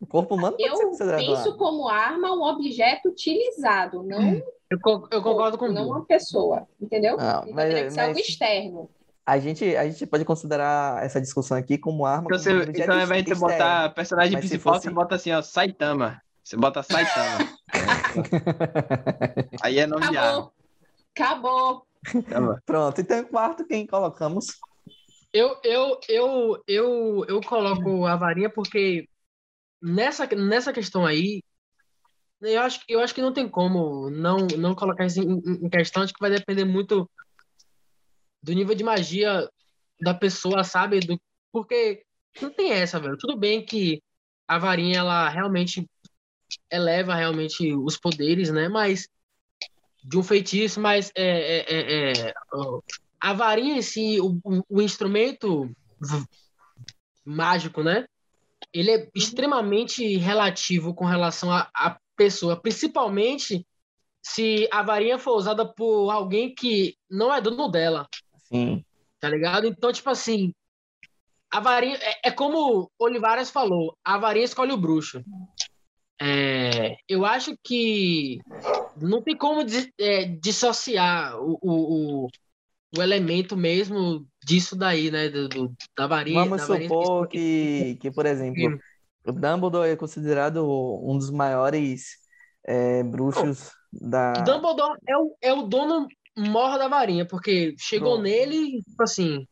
Speaker 1: O corpo humano pode ser
Speaker 2: Eu
Speaker 1: considerado uma
Speaker 2: penso
Speaker 1: arma.
Speaker 2: como arma um objeto utilizado, não,
Speaker 3: Eu, co- eu concordo com o
Speaker 2: não
Speaker 3: Bill.
Speaker 2: uma pessoa, entendeu?
Speaker 1: Não,
Speaker 2: então
Speaker 1: Ah, mas- é
Speaker 2: teria que ser algo
Speaker 1: mas-
Speaker 2: externo.
Speaker 1: A gente, a gente pode considerar essa discussão aqui como arma.
Speaker 4: Então, você,
Speaker 1: como um objeto
Speaker 4: então ao invés de você
Speaker 1: externo.
Speaker 4: botar
Speaker 1: é.
Speaker 4: personagem
Speaker 1: Mas se
Speaker 4: principal,
Speaker 1: fosse-
Speaker 4: você bota assim, ó, Saitama. Você bota Saitama. aí é nome de arma.
Speaker 2: Acabou. Acabou.
Speaker 4: Tá bom.
Speaker 1: Pronto, então em quarto quem colocamos?
Speaker 3: Eu, eu, eu, eu, eu coloco a varinha porque nessa, nessa questão aí, eu acho, que- eu acho que não tem como não, não colocar isso em, em- em questão. Acho que vai depender muito do nível de magia da pessoa, sabe? Do, porque não tem essa, velho. Tudo bem que a varinha, ela realmente eleva realmente os poderes, né? Mas de um feitiço, mas é, é, é, é, ó, a varinha em si, o, o- o instrumento v- mágico, né? Ele é extremamente relativo com relação à à pessoa, principalmente se a varinha for usada por alguém que não é dono dela
Speaker 1: Sim.
Speaker 3: tá ligado? Então, tipo assim, a varinha. É, é como Olivares falou: a varinha escolhe o bruxo. É, eu acho que não tem como dis- é, dissociar o, o, o, o elemento mesmo disso daí, né? Do, do- da varinha.
Speaker 1: Vamos
Speaker 3: da varinha
Speaker 1: supor que, que, por exemplo, o Dumbledore é considerado um dos maiores é, bruxos da.
Speaker 3: Dumbledore é o, é o dono mor da varinha, porque chegou
Speaker 1: Pronto.
Speaker 3: nele, tipo assim,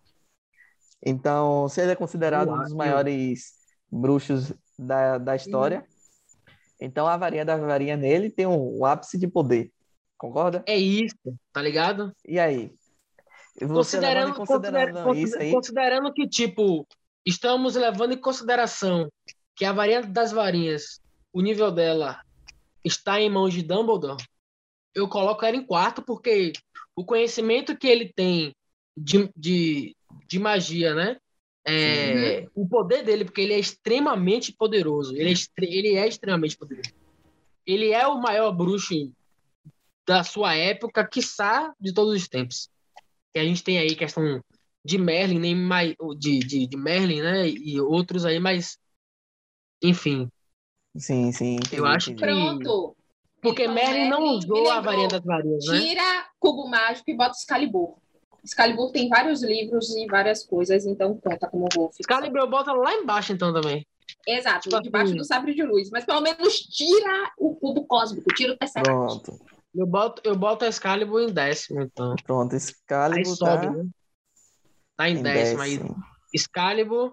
Speaker 1: Então, se ele é considerado um
Speaker 3: Uau,
Speaker 1: dos
Speaker 3: eu-
Speaker 1: maiores bruxos da, da história,
Speaker 4: Uhum.
Speaker 1: então a varinha da varinha nele tem um, um ápice de poder. Concorda?
Speaker 3: é isso, tá ligado?
Speaker 1: E aí? Você levando em consideração isso aí,
Speaker 3: considerando que, tipo, estamos levando em consideração que a variante das varinhas, o nível dela está em mãos de Dumbledore, eu coloco ela em quarto, porque o conhecimento que ele tem de, de, de magia, né? É, o poder dele, porque ele é extremamente poderoso. Ele é, extre- ele é extremamente poderoso. Ele é o maior bruxo da sua época, quiçá de todos os tempos que a gente tem aí questão de Merlin, nem mais de, de, de Merlin, né? E outros aí, mas enfim,
Speaker 1: sim, sim. entendi,
Speaker 3: acho
Speaker 1: entendi.
Speaker 2: Pronto.
Speaker 3: porque
Speaker 2: Então,
Speaker 3: Merlin não
Speaker 2: Merlin
Speaker 3: usou
Speaker 2: me
Speaker 3: a
Speaker 2: lembrou.
Speaker 3: varinha das varinhas, né?
Speaker 2: Tira Cubo Mágico e bota Excalibur. Excalibur tem vários livros e várias coisas, então conta como Wolf.
Speaker 3: Excalibur bota lá embaixo então também.
Speaker 2: Exato,
Speaker 3: Tipo
Speaker 2: debaixo
Speaker 3: assim.
Speaker 2: do sabre de luz. Mas pelo menos tira o cubo cósmico, tira o Tesseract.
Speaker 1: Pronto,
Speaker 3: Eu boto eu boto a Excalibur em décimo então.
Speaker 1: pronto.
Speaker 3: Aí
Speaker 1: Excalibur
Speaker 3: sobe,
Speaker 1: tá
Speaker 3: né? Tá em,
Speaker 1: em
Speaker 3: décimo, aí
Speaker 1: décimo.
Speaker 3: Excalibur,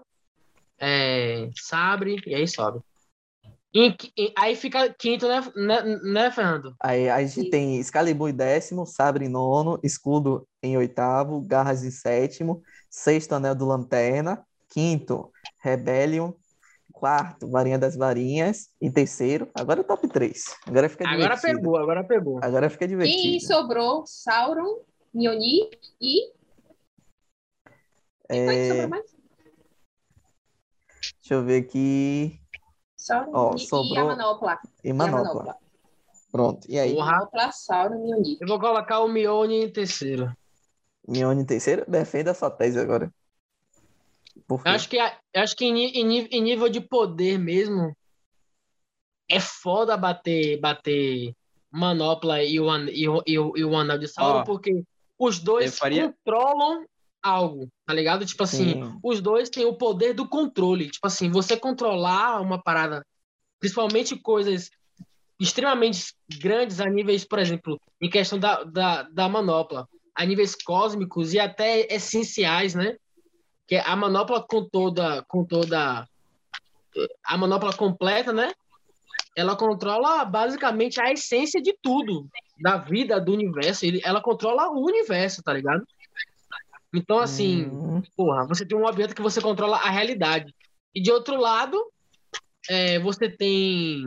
Speaker 3: é, Sabre e aí sobe. Em qui- em- aí fica quinto, né, né, né Fernando?
Speaker 1: Aí a gente tem Excalibur em décimo, Sabre em nono, Escudo em oitavo, Garras em sétimo, sexto Anel do Lanterna, quinto Rebellion, quarto Varinha das Varinhas e terceiro, agora é top 3. Agora fica
Speaker 3: Agora
Speaker 1: divertido.
Speaker 3: pegou, agora pegou.
Speaker 1: Agora fica
Speaker 2: E
Speaker 1: divertido.
Speaker 2: sobrou Sauron, Mioni e. Quem foi que
Speaker 1: É,
Speaker 2: sobrou mais?
Speaker 1: Deixa eu ver aqui.
Speaker 2: Sauron
Speaker 1: ó,
Speaker 2: e, e a
Speaker 1: sobrou-
Speaker 2: Manopla.
Speaker 1: E
Speaker 2: E a
Speaker 1: Manopla.
Speaker 2: Manopla.
Speaker 1: Pronto. E aí?
Speaker 3: Porra,
Speaker 2: Manopla, Sauron, Mioni.
Speaker 3: Eu vou colocar o Mione em terceiro.
Speaker 1: Mione em terceiro? Defenda a sua tese agora. Por quê?
Speaker 3: Eu acho que, a- eu acho que em, ni- em ni- em nível de poder mesmo, é foda bater, bater Manopla e o, an- e, o, e, o, e o Anel de Sauron,
Speaker 4: Ó,
Speaker 3: porque os dois
Speaker 4: eu faria-
Speaker 3: controlam algo, tá ligado? Tipo assim,
Speaker 1: Sim.
Speaker 3: os dois têm o poder do controle. Tipo assim, você controlar uma parada, principalmente coisas extremamente grandes a níveis, por exemplo, em questão da, da, da manopla, a níveis cósmicos e até essenciais, né? Que a manopla com toda, com toda a manopla completa, né? Ela controla basicamente a essência de tudo, da vida, do universo. Ele, ela controla o universo, tá ligado? Então, assim,
Speaker 1: Hum,
Speaker 3: Porra, você tem um objeto que você controla a realidade. E de outro lado, é, você tem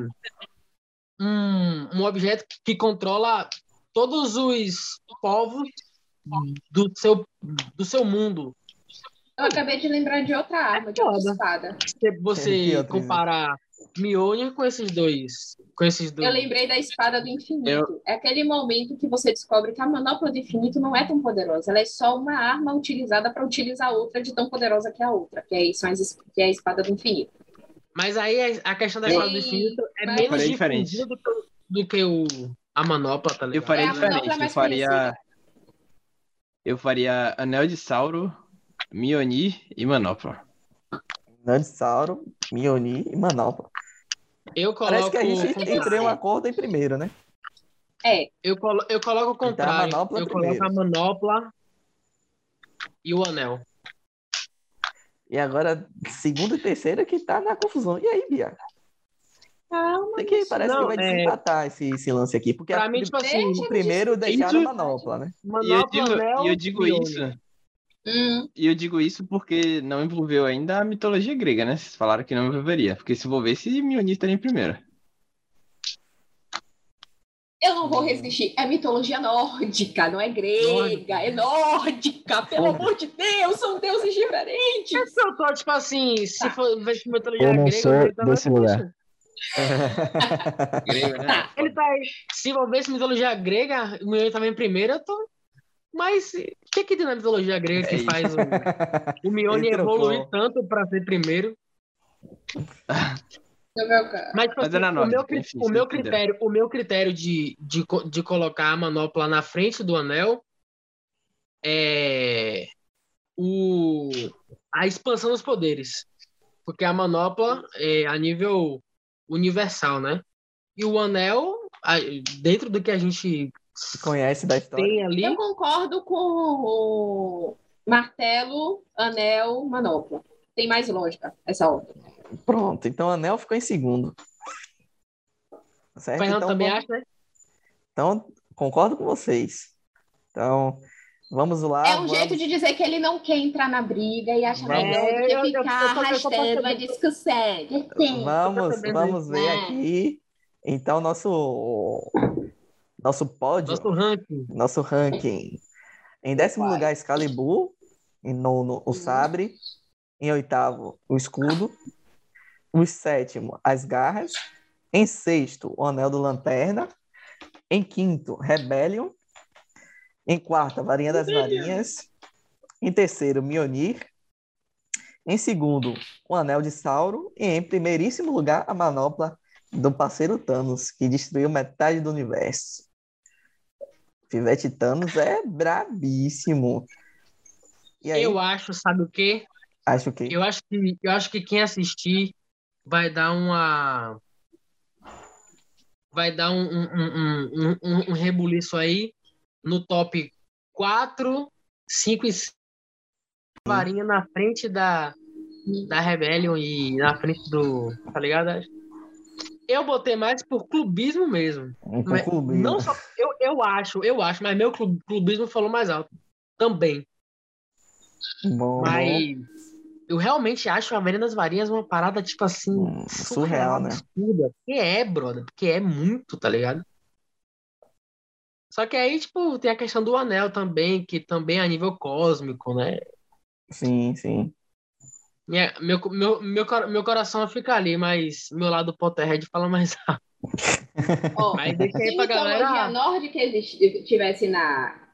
Speaker 3: um, um objeto que, que controla todos os povos do seu, do seu mundo.
Speaker 2: Eu acabei de lembrar de outra arma, de outra
Speaker 3: Foda.
Speaker 2: espada.
Speaker 3: Se
Speaker 1: Que
Speaker 3: você
Speaker 1: outro,
Speaker 3: comparar Mjolnir com esses dois, com esses dois.
Speaker 2: Eu lembrei da espada do infinito. É aquele momento que você descobre que a manopla do infinito não é tão poderosa. Ela é só uma arma utilizada para utilizar outra de tão poderosa que a outra, que é, isso, mas- que é a espada do infinito.
Speaker 3: Mas aí a, a questão da
Speaker 2: Sim,
Speaker 3: espada do infinito é
Speaker 2: mas-
Speaker 3: menos
Speaker 4: Faria diferente.
Speaker 3: difundida do que, do que o, a manopla, tá
Speaker 4: Eu
Speaker 3: ligado?
Speaker 4: faria
Speaker 2: É a manopla
Speaker 4: diferente. Eu
Speaker 2: mais
Speaker 4: faria.
Speaker 2: conhecida.
Speaker 4: Eu faria Anel de Sauro, Mioni e Manopla.
Speaker 1: Anel de Sauron, Mione e Manopla.
Speaker 3: Eu
Speaker 1: Parece
Speaker 3: coloco.
Speaker 1: que a gente
Speaker 3: como
Speaker 1: entrou em um
Speaker 3: assim?
Speaker 1: acordo em primeiro, né?
Speaker 2: É,
Speaker 3: Eu, colo eu coloco o
Speaker 1: Então, a
Speaker 3: contrário.
Speaker 1: manopla
Speaker 3: eu
Speaker 1: primeiro.
Speaker 3: coloco a manopla e o anel.
Speaker 1: E agora, segundo e terceiro é que tá na confusão. E aí, Bia?
Speaker 2: calma.
Speaker 1: Tem que, parece
Speaker 3: Não,
Speaker 1: que vai
Speaker 3: é-
Speaker 1: desempatar esse, esse lance aqui. Porque
Speaker 3: Pra
Speaker 1: a-
Speaker 3: mim, tipo assim,
Speaker 1: o primeiro deixaram a manopla, né?
Speaker 4: E eu
Speaker 3: manopla,
Speaker 4: digo,
Speaker 3: anel.
Speaker 4: e eu digo
Speaker 3: Mione.
Speaker 4: isso.
Speaker 2: Hum,
Speaker 4: E eu digo isso porque não envolveu ainda a mitologia grega, né? Vocês falaram que não envolveria. Porque se envolvesse, Mioni estaria em primeiro.
Speaker 2: eu não
Speaker 1: Hum.
Speaker 2: vou resistir. É mitologia nórdica, não é grega,
Speaker 1: né?
Speaker 2: é nórdica. Pelo amor de Deus, são deuses diferentes.
Speaker 3: Se eu tô, tipo assim, se for ver se mitologia
Speaker 5: Eu não
Speaker 3: grega,
Speaker 5: sou
Speaker 3: eu tava
Speaker 5: desse lugar.
Speaker 3: assim.
Speaker 4: Grego, né?
Speaker 2: Tá.
Speaker 3: Ele tá aí. Se envolvesse mitologia grega, o meu também primeiro, eu tô. Mas o que é que tem na mitologia grega
Speaker 4: É
Speaker 3: que
Speaker 4: isso.
Speaker 3: faz o, o Mione
Speaker 1: Ele trocou.
Speaker 3: evoluir tanto pra ser primeiro?
Speaker 2: No meu caso.
Speaker 3: Mas, tipo
Speaker 4: Mas
Speaker 1: é
Speaker 3: assim,
Speaker 4: era
Speaker 3: o, meu,
Speaker 4: nórdica,
Speaker 3: cri-
Speaker 4: enfim,
Speaker 3: o,
Speaker 4: você
Speaker 3: meu
Speaker 4: entendeu.
Speaker 3: critério, o meu critério de, de, co- de colocar a manopla na frente do anel é o, a expansão dos poderes. Porque a manopla é a nível universal, né? E o anel a- dentro do que a gente
Speaker 1: que conhece da história.
Speaker 3: tem ali,
Speaker 2: Eu concordo com o martelo, anel, manopla. Tem mais lógica essa ordem.
Speaker 1: Pronto, então o anel ficou em segundo.
Speaker 3: o
Speaker 1: Certo?
Speaker 3: Fernando
Speaker 1: Então,
Speaker 3: também
Speaker 1: vamos-
Speaker 3: acha, né?
Speaker 1: então, concordo com vocês. Então, vamos lá.
Speaker 2: é um
Speaker 1: Ah, vamos-
Speaker 2: jeito de dizer que ele não quer entrar na briga e acha
Speaker 1: Vamos.
Speaker 2: melhor do
Speaker 3: É, eu- eu-
Speaker 2: que
Speaker 3: eu tô- eu tô
Speaker 2: ficar arrastando
Speaker 3: percebendo.
Speaker 2: a discussão.
Speaker 1: Vamos,
Speaker 3: percebendo
Speaker 1: vamos ver
Speaker 2: É.
Speaker 1: aqui. Então, nosso nosso pódio,
Speaker 3: Nosso ranking.
Speaker 1: nosso ranking. Em décimo lugar, Excalibur. Em nono, o Sabre. Em oitavo, o Escudo. O sétimo, as Garras. Em sexto, o Anel do Lanterna. Em quinto, Rebellion. Em quarto, a Varinha das Varinhas. Em terceiro, Mionir. Em segundo, o Anel de Sauro. E em primeiríssimo lugar, a Manopla do parceiro Thanos, que destruiu metade do universo. Pivete Thanos é brabíssimo. E aí,
Speaker 3: Eu acho, sabe o quê?
Speaker 1: acho que
Speaker 3: Eu acho que, eu acho que quem assistir vai dar uma. Vai dar um, um, um, um, um- um rebuliço aí no top 4, 5 e 6. Varinha na frente da, da Rebellion e na frente do. Tá ligado? Eu botei mais por clubismo mesmo.
Speaker 1: um
Speaker 3: Não é-
Speaker 1: pouco
Speaker 3: Não só. Eu, eu acho, eu acho, mas meu club- clubismo falou mais alto. Também.
Speaker 1: bom,
Speaker 3: Mas eu realmente acho a Avenida das Varinhas uma parada, tipo assim,
Speaker 1: Hum, surreal, né?
Speaker 3: absurda. Que é, brother, porque é muito, tá ligado? Só que aí, tipo, tem a questão do anel também, que também é a nível cósmico, né?
Speaker 1: Sim, sim.
Speaker 3: Minha- meu, meu, meu, cor- meu coração fica ali, mas meu lado Potterhead fala mais alto. então,
Speaker 2: Ó,
Speaker 3: Mas deixa aí
Speaker 2: Se
Speaker 3: pra
Speaker 2: mitologia
Speaker 3: galera.
Speaker 2: nórdica exist- tivesse na.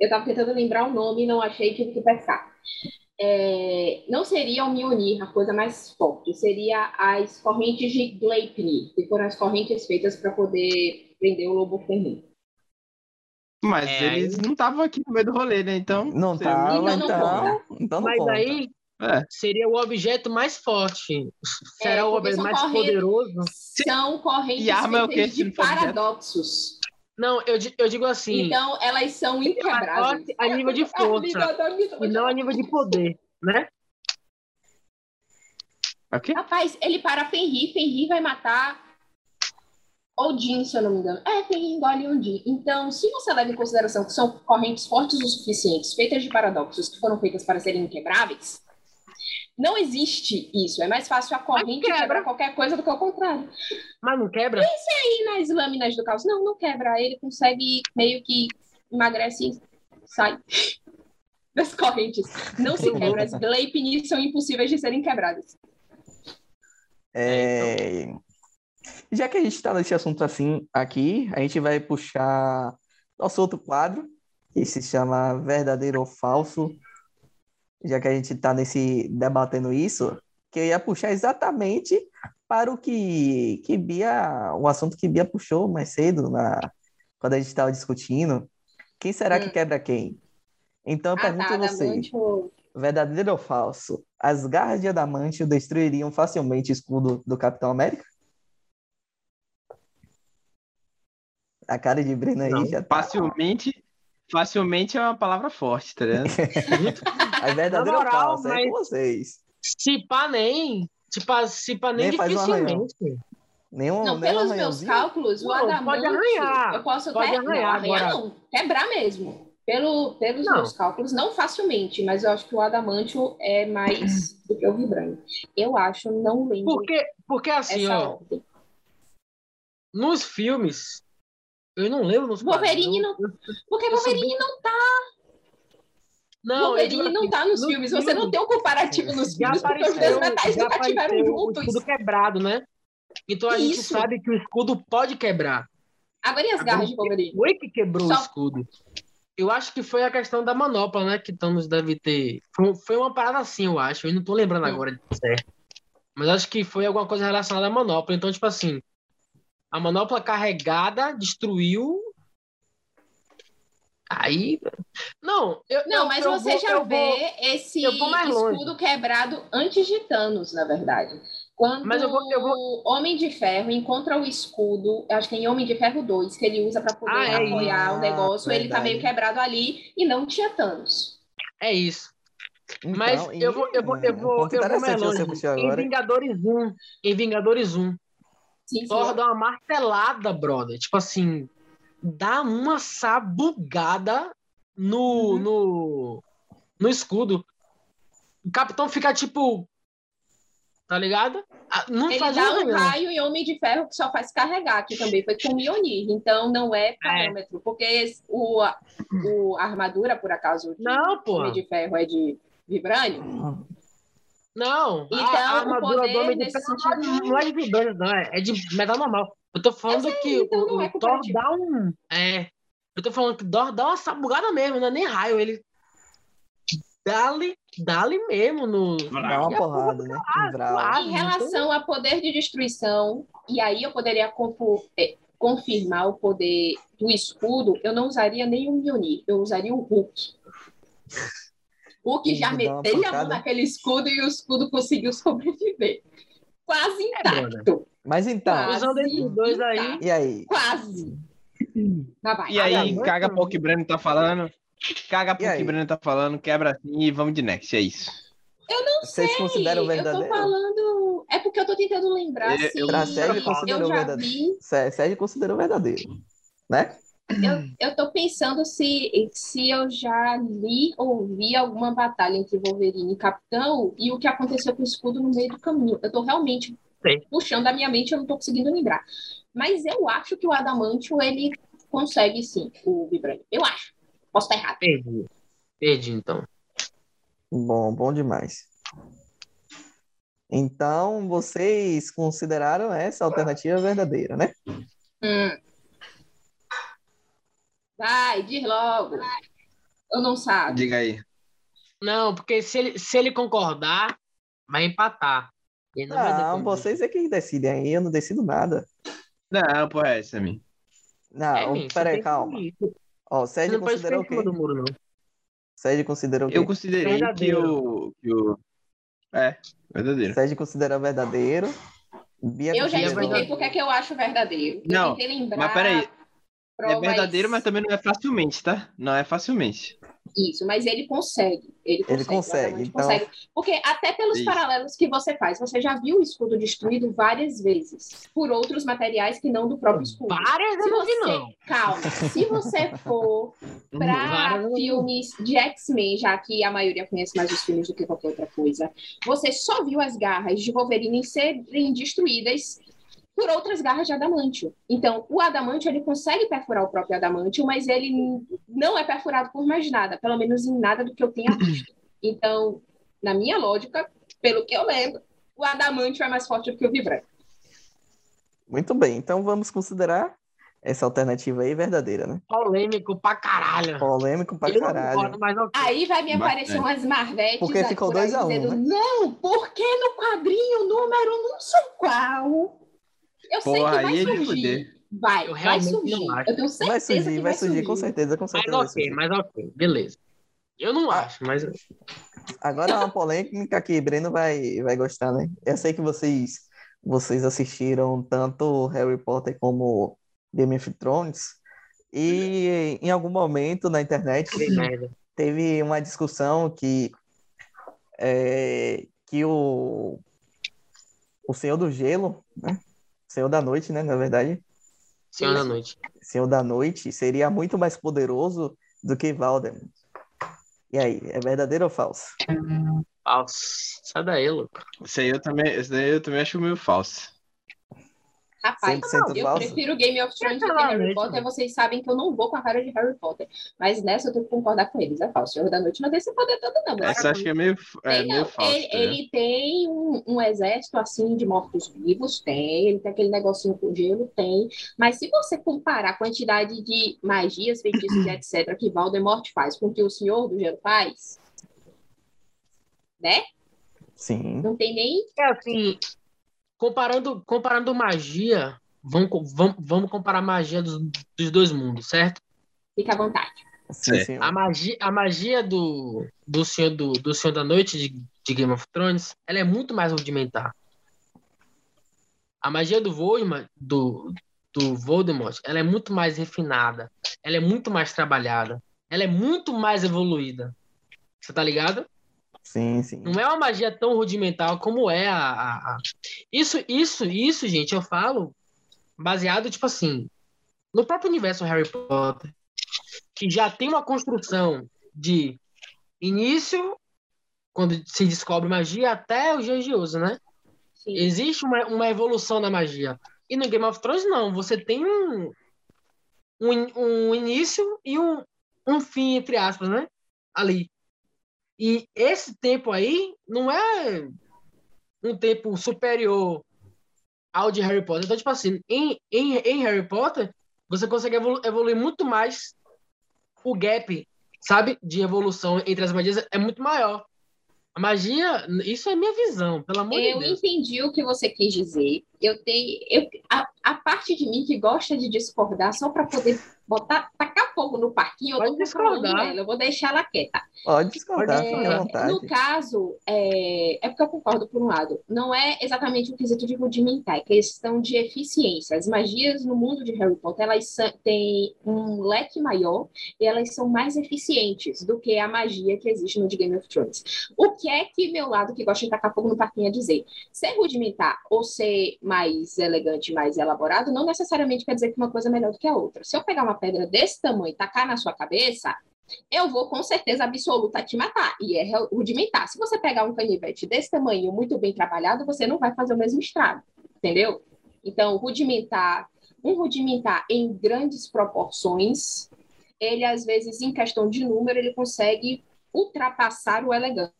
Speaker 2: Eu tava tentando lembrar o nome e não achei, tive que pescar. É, não seria o Mjolnir a coisa mais forte, seria as correntes de Gleipnir, que foram as correntes feitas para poder prender o lobo ferrino.
Speaker 4: Mas
Speaker 3: É,
Speaker 4: eles não estavam aqui no meio do rolê, né? Então.
Speaker 1: Não
Speaker 4: seria
Speaker 1: tá,
Speaker 4: muito-
Speaker 1: então,
Speaker 2: Então não
Speaker 1: então, então não
Speaker 3: Mas
Speaker 1: conta.
Speaker 3: aí
Speaker 4: É.
Speaker 3: seria o objeto mais forte. Será o
Speaker 2: porque
Speaker 3: objeto
Speaker 2: são
Speaker 3: mais
Speaker 2: correntes-
Speaker 3: poderoso?
Speaker 2: São correntes
Speaker 4: E arma é o
Speaker 2: feitas
Speaker 4: quê?
Speaker 2: de
Speaker 4: Não pode dizer.
Speaker 2: paradoxos.
Speaker 3: Não, eu, di- eu digo assim.
Speaker 2: Então, elas são inquebráveis.
Speaker 3: forte a nível de força. e não a nível de poder, né?
Speaker 4: Ok?
Speaker 2: Rapaz, ele para Fenrir, Fenrir vai matar Odin, se eu não me engano. É, Fenrir engole Odin. Então, se você leva em consideração que são correntes fortes o suficiente, feitas de paradoxos, que foram feitas para serem inquebráveis, não existe isso. É mais fácil a corrente
Speaker 3: quebra.
Speaker 2: quebrar qualquer coisa do que o contrário.
Speaker 3: Mas não quebra.
Speaker 2: E nas lâminas do caos? Não, não quebra. Ele consegue meio que emagrece e sai das correntes. Não se quebra. As Gleipnir são impossíveis de serem quebradas.
Speaker 1: É, Já que a gente está nesse assunto assim aqui, a gente vai puxar nosso outro quadro, que se chama Verdadeiro ou Falso. Já que a gente está nesse debatendo isso, que eu ia puxar exatamente para o que, que Bia, o assunto que Bia puxou mais cedo, na, quando a gente estava discutindo. Quem será que quebra quem? Então
Speaker 2: Ah,
Speaker 1: eu
Speaker 2: tá,
Speaker 1: pergunto a você.
Speaker 2: Adamantio-
Speaker 1: Verdadeiro ou falso? As garras de adamantio destruiriam facilmente o escudo do Capitão América? A cara de Breno aí
Speaker 4: Não,
Speaker 1: já tá.
Speaker 4: Facilmente. Facilmente é uma palavra forte, tá ligado?
Speaker 1: Mas tá- é verdadeiro
Speaker 3: Na
Speaker 1: ou
Speaker 3: moral,
Speaker 1: falso? É
Speaker 3: mas-
Speaker 1: com vocês.
Speaker 3: Se pá nem. Se pá, se pá nem,
Speaker 1: Nem faz um arranhão.
Speaker 3: dificilmente.
Speaker 1: Nenhum,
Speaker 2: Não,
Speaker 1: nenhum
Speaker 2: pelos meus
Speaker 1: arranhãozinho?
Speaker 2: cálculos, o
Speaker 3: Não,
Speaker 2: adamante...
Speaker 3: pode arranhar.
Speaker 2: Eu posso
Speaker 3: Pode
Speaker 2: até... não,
Speaker 3: arranhar
Speaker 2: arranhar
Speaker 3: agora.
Speaker 2: não. Quebrar mesmo. Pelo, pelos
Speaker 3: Não.
Speaker 2: meus cálculos, não facilmente, mas eu acho que o adamantio é mais do que o vibrante. Eu acho, não lembro
Speaker 3: Porque, porque assim,
Speaker 2: essa
Speaker 3: ó,
Speaker 2: ordem.
Speaker 3: nos filmes. Eu não lembro nos
Speaker 2: Wolverine
Speaker 3: quadrinhos.
Speaker 2: Porque
Speaker 3: Eu sou
Speaker 2: Wolverine não,
Speaker 3: Não, eu digo
Speaker 2: Wolverine não
Speaker 3: assim,
Speaker 2: tá nos
Speaker 3: no
Speaker 2: filmes.
Speaker 3: filme
Speaker 2: Você não tem o comparativo nos
Speaker 3: É, Já
Speaker 2: filmes, porque os
Speaker 3: apareceu,
Speaker 2: dois metais
Speaker 3: já
Speaker 2: nunca tiveram
Speaker 3: apareceu o
Speaker 2: juntos.
Speaker 3: escudo quebrado, né? Então a gente
Speaker 2: Isso.
Speaker 3: sabe que o escudo pode quebrar.
Speaker 2: Agora e as garras de Wolverine?
Speaker 3: Foi que quebrou
Speaker 2: Só-
Speaker 3: o escudo. Eu acho que foi a questão da manopla, né? Que Thanos deve ter. Foi- Foi uma parada assim, eu acho. Eu não tô lembrando
Speaker 2: Hum.
Speaker 3: agora de
Speaker 1: É.
Speaker 3: certo. Mas acho que foi alguma coisa relacionada à manopla. Então, tipo assim, a manopla carregada destruiu. Aí. Não, eu.
Speaker 2: Não,
Speaker 3: eu-
Speaker 2: mas
Speaker 3: eu
Speaker 2: você
Speaker 3: vou-
Speaker 2: já
Speaker 3: eu vou-
Speaker 2: vê esse
Speaker 3: eu vou mais longe.
Speaker 2: escudo quebrado antes de Thanos, na verdade. Quando
Speaker 3: Mas eu vou- eu
Speaker 2: o Homem de Ferro encontra o escudo, eu acho que é em Homem de Ferro 2, que ele usa para poder
Speaker 3: Ah, é
Speaker 2: apoiar
Speaker 1: isso.
Speaker 2: o negócio, ele tá
Speaker 1: Verdade.
Speaker 2: meio quebrado ali e não tinha Thanos.
Speaker 3: É isso. Mas
Speaker 1: Então,
Speaker 3: eu vou, eu vou,
Speaker 1: é,
Speaker 3: eu
Speaker 1: um
Speaker 3: vou,
Speaker 1: ponto
Speaker 3: eu vou mais
Speaker 1: interessante você
Speaker 3: longe.
Speaker 1: puxou agora.
Speaker 3: Em Vingadores 1, em Vingadores 1,
Speaker 2: Sim,
Speaker 3: Thor
Speaker 2: sim.
Speaker 3: dá uma martelada, brother. Tipo assim, dá uma sabugada no,
Speaker 2: Uhum.
Speaker 3: no, no escudo. O capitão fica tipo. Tá ligado? Ah, Não
Speaker 2: Ele
Speaker 3: faz
Speaker 2: dá
Speaker 3: nada,
Speaker 2: um
Speaker 3: meu.
Speaker 2: raio e Homem de Ferro que só faz carregar, que também foi com Mjolnir, então não é parâmetro, porque esse- o, a- o- a armadura, por acaso, de-
Speaker 3: Não,
Speaker 2: do
Speaker 3: porra.
Speaker 2: Homem de Ferro é de vibrânio,
Speaker 3: Não.
Speaker 2: Então,
Speaker 3: a, a
Speaker 2: o
Speaker 3: armadura do
Speaker 2: poder
Speaker 3: homem de
Speaker 2: nesse
Speaker 3: ferro não é-
Speaker 2: sentido-
Speaker 3: não é de vibrante, não. É é de metal normal. Eu tô falando que
Speaker 2: então
Speaker 3: o,
Speaker 2: não é
Speaker 3: o Thor
Speaker 2: comparativo.
Speaker 3: dá um. É. Eu tô falando que o Thor dá uma sabugada mesmo, não é nem raio. Ele. Dá-lhe dá mesmo no.
Speaker 1: Dá uma
Speaker 3: E a
Speaker 1: porrada, né? Um
Speaker 3: claro.
Speaker 1: Vral.
Speaker 2: Em
Speaker 3: então-
Speaker 2: relação a poder de destruição, e aí eu poderia confu- eh, confirmar o poder do escudo, eu não usaria nem o Mjolnir, eu usaria o Hulk. O Hulk
Speaker 1: Ele
Speaker 2: já
Speaker 1: dá uma
Speaker 2: meteu a mão
Speaker 1: pancada.
Speaker 2: naquele escudo e o escudo conseguiu sobreviver. Quase intacto.
Speaker 1: Mas então,
Speaker 2: Claro.
Speaker 3: Usando esses dois aí.
Speaker 2: Tá.
Speaker 1: e aí?
Speaker 2: Quase. Tá Mas vai.
Speaker 4: E aí,
Speaker 1: muito.
Speaker 4: caga pau que Breno tá falando. Caga
Speaker 1: E
Speaker 4: pau
Speaker 1: aí?
Speaker 4: que Breno tá falando, quebra assim e vamos de next. É isso.
Speaker 1: Vocês consideram
Speaker 2: Eu
Speaker 1: verdadeiro?
Speaker 2: tô falando. É porque eu tô tentando lembrar
Speaker 4: Eu-
Speaker 2: se
Speaker 4: eu-
Speaker 1: Pra Sérgio,
Speaker 2: eu
Speaker 1: considerou
Speaker 2: já
Speaker 1: verdadeiro.
Speaker 2: vi
Speaker 1: Sé- Sérgio considerou verdadeiro. né?
Speaker 2: Eu,
Speaker 4: Hum.
Speaker 2: eu tô pensando se, se eu já li ou vi alguma batalha entre Wolverine e Capitão e o que aconteceu com o escudo no meio do caminho. Eu tô realmente
Speaker 3: Sim.
Speaker 2: puxando da minha mente, eu não tô conseguindo lembrar. Mas eu acho que o Adamantio, ele consegue sim, o Vibrante. Eu acho. Posso estar errado.
Speaker 3: Perdi. Perdi, então.
Speaker 1: Bom, bom demais. Então, vocês consideraram essa alternativa verdadeira, né?
Speaker 2: Vai, diz logo. Eu não sabe.
Speaker 4: Ah, Diga aí.
Speaker 3: Não, porque se ele, se ele concordar, vai empatar. Ele não, vai
Speaker 1: Não,
Speaker 3: defender.
Speaker 1: vocês é que decidem aí, eu não decido nada.
Speaker 4: Não, porra, é essa, mim.
Speaker 3: É,
Speaker 1: Não,
Speaker 3: gente, você tem
Speaker 1: peraí,
Speaker 3: que
Speaker 1: calma.
Speaker 3: ir.
Speaker 1: Ó, o
Speaker 3: Você
Speaker 1: Sérgio
Speaker 3: não pode ficar
Speaker 1: considerou
Speaker 3: em
Speaker 1: o quê?
Speaker 3: cima do muro, não.
Speaker 1: Sérgio considerou o quê?
Speaker 4: Eu considerei que
Speaker 3: Verdadeiro.
Speaker 4: o, que o. É, verdadeiro.
Speaker 1: Sérgio considerou verdadeiro. Bia
Speaker 2: Eu já
Speaker 3: é
Speaker 1: considerou-
Speaker 2: expliquei
Speaker 3: verdadeiro.
Speaker 2: porque é que eu acho verdadeiro. Eu
Speaker 4: Não,
Speaker 2: tentei lembrar
Speaker 4: mas peraí. É
Speaker 2: provas-
Speaker 4: verdadeiro, mas também não é facilmente, tá? Não é facilmente.
Speaker 2: Isso, mas ele consegue. Ele consegue.
Speaker 1: Ele consegue,
Speaker 2: obviamente
Speaker 1: então-
Speaker 2: consegue. Porque até pelos
Speaker 4: Isso.
Speaker 2: paralelos que você faz, você já viu o escudo destruído várias vezes por outros materiais que não do próprio escudo.
Speaker 3: Várias
Speaker 2: Se
Speaker 3: eu não é vi,
Speaker 2: você-
Speaker 3: não.
Speaker 2: Calma, se você for para
Speaker 4: Uhum.
Speaker 3: Várias eu não vi.
Speaker 2: filmes de X-Men, já que a maioria conhece mais os filmes do que qualquer outra coisa, você só viu as garras de Wolverine serem destruídas por outras garras de adamantio. Então, o adamantio ele consegue perfurar o próprio adamantio, mas ele n- não é perfurado por mais nada, pelo menos em nada do que eu tenha visto. Então, na minha lógica, pelo que eu lembro, o adamantio é mais forte do que o vibrante.
Speaker 1: Muito bem, então vamos considerar essa alternativa aí verdadeira, né?
Speaker 3: Polêmico pra caralho.
Speaker 1: Polêmico pra
Speaker 3: Ah. eu
Speaker 1: caralho.
Speaker 3: não concordo, mas ok.
Speaker 2: Aí vai me
Speaker 4: Bacana.
Speaker 2: aparecer umas marvetes
Speaker 1: Porque
Speaker 2: aí
Speaker 1: ficou
Speaker 2: por aí
Speaker 1: dois a um,
Speaker 2: dizendo,
Speaker 1: né?
Speaker 2: Não, porque no quadrinho número não sei qual. Eu
Speaker 4: Porra,
Speaker 2: sei que vai
Speaker 4: aí é de
Speaker 2: surgir.
Speaker 4: fuder.
Speaker 2: Vai,
Speaker 3: Eu
Speaker 2: vai
Speaker 3: realmente
Speaker 2: surgir.
Speaker 3: não acho.
Speaker 2: Eu tenho certeza
Speaker 1: Vai surgir,
Speaker 2: que
Speaker 1: vai surgir, com certeza, com
Speaker 3: Mas
Speaker 1: certeza. vai
Speaker 3: ok,
Speaker 1: surgir.
Speaker 3: mas ok, beleza. Eu não
Speaker 1: Ah.
Speaker 3: acho, mas.
Speaker 1: Agora é uma polêmica que Breno vai, vai gostar, né? Eu sei que vocês, vocês assistiram tanto Harry Potter como Game of Thrones, e em algum momento na internet
Speaker 3: que merda.
Speaker 1: teve uma discussão que é, que o o Senhor do Gelo, né? Senhor da Noite, né, na verdade,
Speaker 3: Senhora da noite.
Speaker 1: Senhor da Noite seria muito mais poderoso do que Valdemort. E aí, é verdadeiro ou falso?
Speaker 3: Falso. Sai daí, louco.
Speaker 4: Isso aí eu também, isso daí eu também acho meio falso.
Speaker 2: Rapaz,
Speaker 1: 100%
Speaker 2: eu
Speaker 1: falso?
Speaker 2: prefiro Game of Thrones do que
Speaker 3: Sinceramente,
Speaker 2: Harry Potter. Vocês sabem que eu não vou com a cara de Harry Potter. Mas nessa eu tenho que concordar com eles. É falso. O Senhor da Noite não tem esse poder todo, não. Mas
Speaker 4: Essa eu acho que é meio, é
Speaker 2: Tem,
Speaker 4: meio
Speaker 2: não.
Speaker 4: falso.
Speaker 2: ele,
Speaker 4: tá ligado?
Speaker 2: ele tem um, um exército assim de mortos-vivos, tem, ele tem aquele negocinho com gelo, tem. Mas se você comparar a quantidade de magias, feitiços, e etc., que Voldemort faz com que o Senhor do Gelo faz,
Speaker 1: Sim.
Speaker 2: não tem nem.
Speaker 3: É assim. Comparando, comparando magia, vamos, co- vamos, vamos comparar a magia dos, dos dois mundos, certo?
Speaker 2: Fica à vontade.
Speaker 1: Sim,
Speaker 4: É.
Speaker 1: senhor.
Speaker 3: A magia, a magia do, do, senhor, do, do Senhor da Noite de, de Game of Thrones, ela é muito mais rudimentar. A magia do Voldemort, do, do Voldemort, ela é muito mais refinada, ela é muito mais trabalhada, ela é muito mais evoluída. Você tá ligado?
Speaker 1: Sim, sim.
Speaker 3: Não é uma magia tão rudimentar como é a, a- a- Isso, isso, isso, gente, eu falo baseado, tipo assim, no próprio universo Harry Potter, que já tem uma construção de início, quando se descobre magia, até os dias de hoje, né?
Speaker 2: Sim.
Speaker 3: Existe uma, uma evolução da magia. E no Game of Thrones, não. Você tem um, um, in- um início e um, um fim, entre aspas, né? Ali. E esse tempo aí não é um tempo superior ao de Harry Potter. Então, tipo assim, em, em, em Harry Potter, você consegue evolu- evoluir muito mais o gap, sabe? De evolução entre as magias é muito maior. A magia, isso é minha visão, pelo amor de
Speaker 2: Eu
Speaker 3: Deus.
Speaker 2: entendi o que você quis dizer. Eu tenho. Eu, a, a parte de mim que gosta de discordar só para poder botar, tacar fogo no parquinho, eu
Speaker 3: Pode
Speaker 2: tô controlando
Speaker 3: discordar.
Speaker 2: ela, eu vou deixar ela quieta.
Speaker 1: Pode discordar,
Speaker 3: Pode
Speaker 1: fique Tá, à
Speaker 3: discordar.
Speaker 1: vontade.
Speaker 2: É, No caso, é, é porque eu concordo por um lado, não é exatamente um quesito de rudimentar, é questão de eficiência. As magias no mundo de Harry Potter, elas são- têm um leque maior e elas são mais eficientes do que a magia que existe no de Game of Thrones. O que é que meu lado que gosta de tacar fogo no parquinho a dizer? Ser rudimentar ou ser mais elegante, mais elaborado, não necessariamente quer dizer que uma coisa é melhor do que a outra. Se eu pegar uma pedra desse tamanho e tacar na sua cabeça, eu vou com certeza absoluta te matar. E é re- rudimentar. Se você pegar um canivete desse tamanho, muito bem trabalhado, você não vai fazer o mesmo estrago, entendeu? Então, rudimentar, um rudimentar em grandes proporções, ele às vezes, em questão de número, ele consegue ultrapassar o elegante.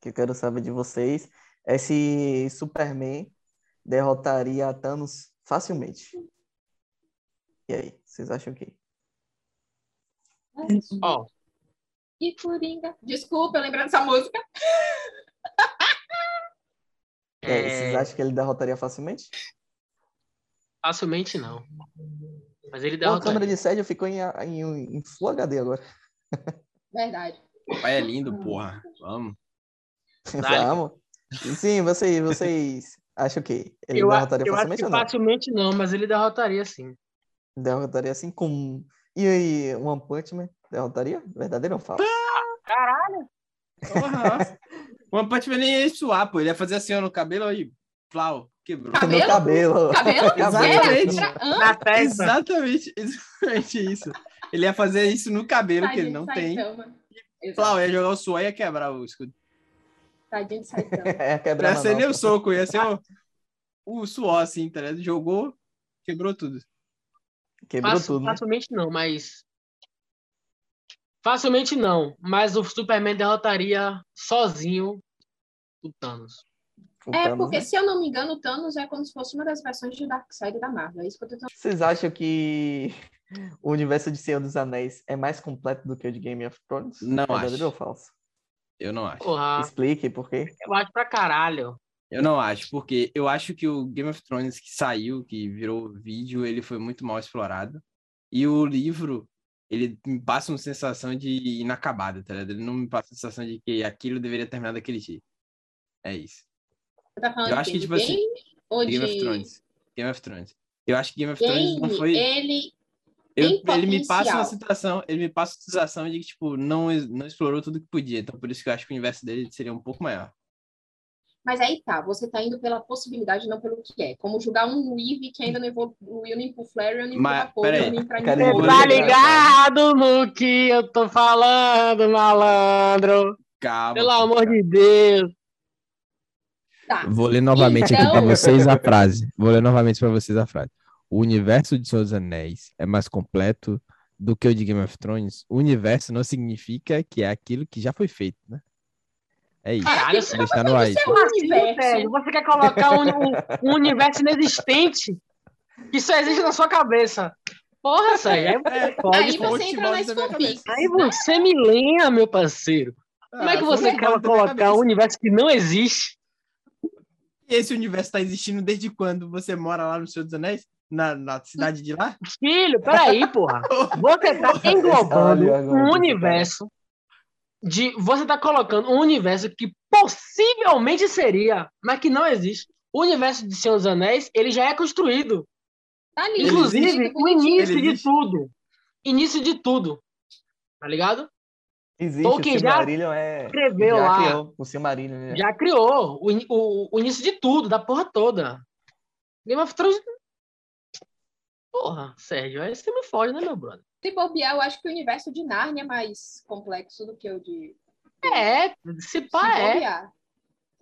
Speaker 1: que eu quero saber de vocês é se Superman derrotaria a Thanos facilmente. E aí, vocês acham o quê?
Speaker 3: Ó,
Speaker 2: E Coringa. Desculpa, eu lembrando dessa música.
Speaker 1: E
Speaker 3: É,
Speaker 1: aí, vocês acham que ele derrotaria facilmente?
Speaker 3: Facilmente não. Mas ele
Speaker 1: Não, a
Speaker 3: derrota.
Speaker 1: câmera de sede ficou em, em, em Full HD agora.
Speaker 2: Verdade.
Speaker 4: Pai é lindo, porra. Vamos.
Speaker 3: Vale.
Speaker 1: Vamos? E Sim, vocês, vocês acham o quê? Ele
Speaker 3: eu a-
Speaker 1: derrotaria
Speaker 3: eu acho
Speaker 1: facilmente
Speaker 3: que
Speaker 1: ou não?
Speaker 3: facilmente não, mas ele derrotaria sim.
Speaker 1: Derrotaria assim com... E aí, One Punch Man? Derrotaria? Verdadeiro ou falso?
Speaker 4: Porra. One Punch Man tipo, nem ia suar, pô. Ele ia fazer assim, ó, no cabelo aí. Flau, quebrou.
Speaker 2: Cabelo?
Speaker 1: Meu cabelo!
Speaker 2: Cabelo?
Speaker 1: Exatamente.
Speaker 2: Tá Era? Hã?
Speaker 3: Na testa.
Speaker 4: Exatamente, exatamente isso. Ele ia fazer isso no cabelo,
Speaker 2: Tá,
Speaker 4: que ele não
Speaker 2: Tadinho de
Speaker 4: tem.
Speaker 2: Saitama.
Speaker 4: Flau, ia jogar o suor e ia quebrar o escudo.
Speaker 2: Tadinho de Saitama.
Speaker 1: É,
Speaker 4: Não
Speaker 1: quebrar
Speaker 4: ia ser nem o
Speaker 1: manopla.
Speaker 4: soco, ia ser o, o suor, assim, tá ligado? Jogou, quebrou tudo.
Speaker 1: Quebrou
Speaker 3: Faci-
Speaker 1: tudo, né?
Speaker 3: Facilmente não, mas. Facilmente não, mas o Superman derrotaria sozinho o Thanos.
Speaker 1: O
Speaker 2: É,
Speaker 1: Thanos,
Speaker 2: porque
Speaker 1: né?
Speaker 2: se eu não me engano, o Thanos é como se fosse uma das versões de Darkseid da Marvel. É isso que eu tô tentando.
Speaker 1: Vocês acham que o universo de Senhor dos Anéis é mais completo do que o de Game of Thrones?
Speaker 4: Não
Speaker 1: Verdadeiro
Speaker 4: acho. Ah.
Speaker 1: ou falso?
Speaker 4: Eu não acho.
Speaker 3: Porra,
Speaker 1: Explique por quê.
Speaker 3: eu acho pra caralho.
Speaker 4: Eu não acho, porque eu acho que o Game of Thrones que saiu, que virou vídeo, ele foi muito mal explorado. E o livro, ele me passa uma sensação de inacabado, tá ligado? Ele não me passa a sensação de que aquilo deveria terminar daquele jeito. É isso.
Speaker 2: Você tá falando
Speaker 4: Eu acho
Speaker 2: de
Speaker 4: que, tipo
Speaker 2: game ou de
Speaker 4: Game of Thrones. Game of Thrones. Eu acho que Game of Thrones
Speaker 2: Game,
Speaker 4: não foi.
Speaker 2: ele
Speaker 4: eu-
Speaker 2: tem
Speaker 4: ele me passa uma
Speaker 2: potencial.
Speaker 4: sensação, ele me passa a sensação de que, tipo, não, ex- não explorou tudo que podia. Então, por isso que eu acho que o universo dele seria um pouco maior.
Speaker 2: Mas aí tá, você tá indo pela possibilidade, não pelo que é. Como julgar um Weave que ainda não evoluiu nem pro Flareon, nem
Speaker 4: Mas,
Speaker 2: pro Vapor,
Speaker 4: peraí.
Speaker 2: nem pra
Speaker 1: Cadê
Speaker 2: ninguém.
Speaker 1: Vou ele?
Speaker 3: Tá
Speaker 1: jogar,
Speaker 3: ligado no que eu tô falando, malandro?
Speaker 1: Tá
Speaker 4: Calma.
Speaker 3: Pelo amor de Deus.
Speaker 2: Tá.
Speaker 5: Vou ler novamente aqui
Speaker 2: Então-
Speaker 5: pra vocês a frase. Vou ler novamente pra vocês a frase. O universo de Senhor dos Anéis é mais completo do que o de Game of Thrones. O universo não significa que é aquilo que já foi feito, né? É isso.
Speaker 2: Ah,
Speaker 3: Caralho,
Speaker 5: Vou deixar no ar isso.
Speaker 2: Seu universo.
Speaker 3: Sérgio, você quer colocar um, um- um universo inexistente que só existe na sua cabeça. Porra, Sérgio. aí-
Speaker 4: É,
Speaker 2: Aí
Speaker 5: então.
Speaker 4: Tipo,
Speaker 2: você
Speaker 4: o
Speaker 2: entra nas
Speaker 4: Timóteo da minha
Speaker 2: fanfics.
Speaker 3: Aí você me lenha, meu parceiro. Como é que você quer colocar um universo que não existe?
Speaker 4: E esse universo tá existindo desde quando? Você mora lá no Senhor dos Anéis? na, na cidade de lá?
Speaker 3: Filho, peraí, porra. Você tá englobando
Speaker 1: Olha agora,
Speaker 3: um
Speaker 1: cara.
Speaker 3: universo de. Você tá colocando um universo que possivelmente seria, mas que não existe. O universo de Senhor dos Anéis, ele já é construído.
Speaker 2: Tá lindo.
Speaker 3: Inclusive,
Speaker 2: lindo,
Speaker 3: o início
Speaker 4: Ele
Speaker 3: de
Speaker 4: existe?
Speaker 3: tudo. Início de tudo. Tá ligado?
Speaker 1: Existe,
Speaker 3: Tolkien
Speaker 1: o
Speaker 3: já
Speaker 1: Silmarillion é...
Speaker 3: Escreveu
Speaker 1: já
Speaker 3: lá.
Speaker 1: criou o Silmarillion. né?
Speaker 3: Já criou o, ini- o- o início de tudo, da porra toda. Game of Thrones. Porra, Sérgio, aí você me foge, né, meu brother?
Speaker 2: Se bobear, eu acho que o universo de Nárnia é mais complexo do que o de.
Speaker 3: É, se pá
Speaker 2: se
Speaker 3: é.
Speaker 2: bobear.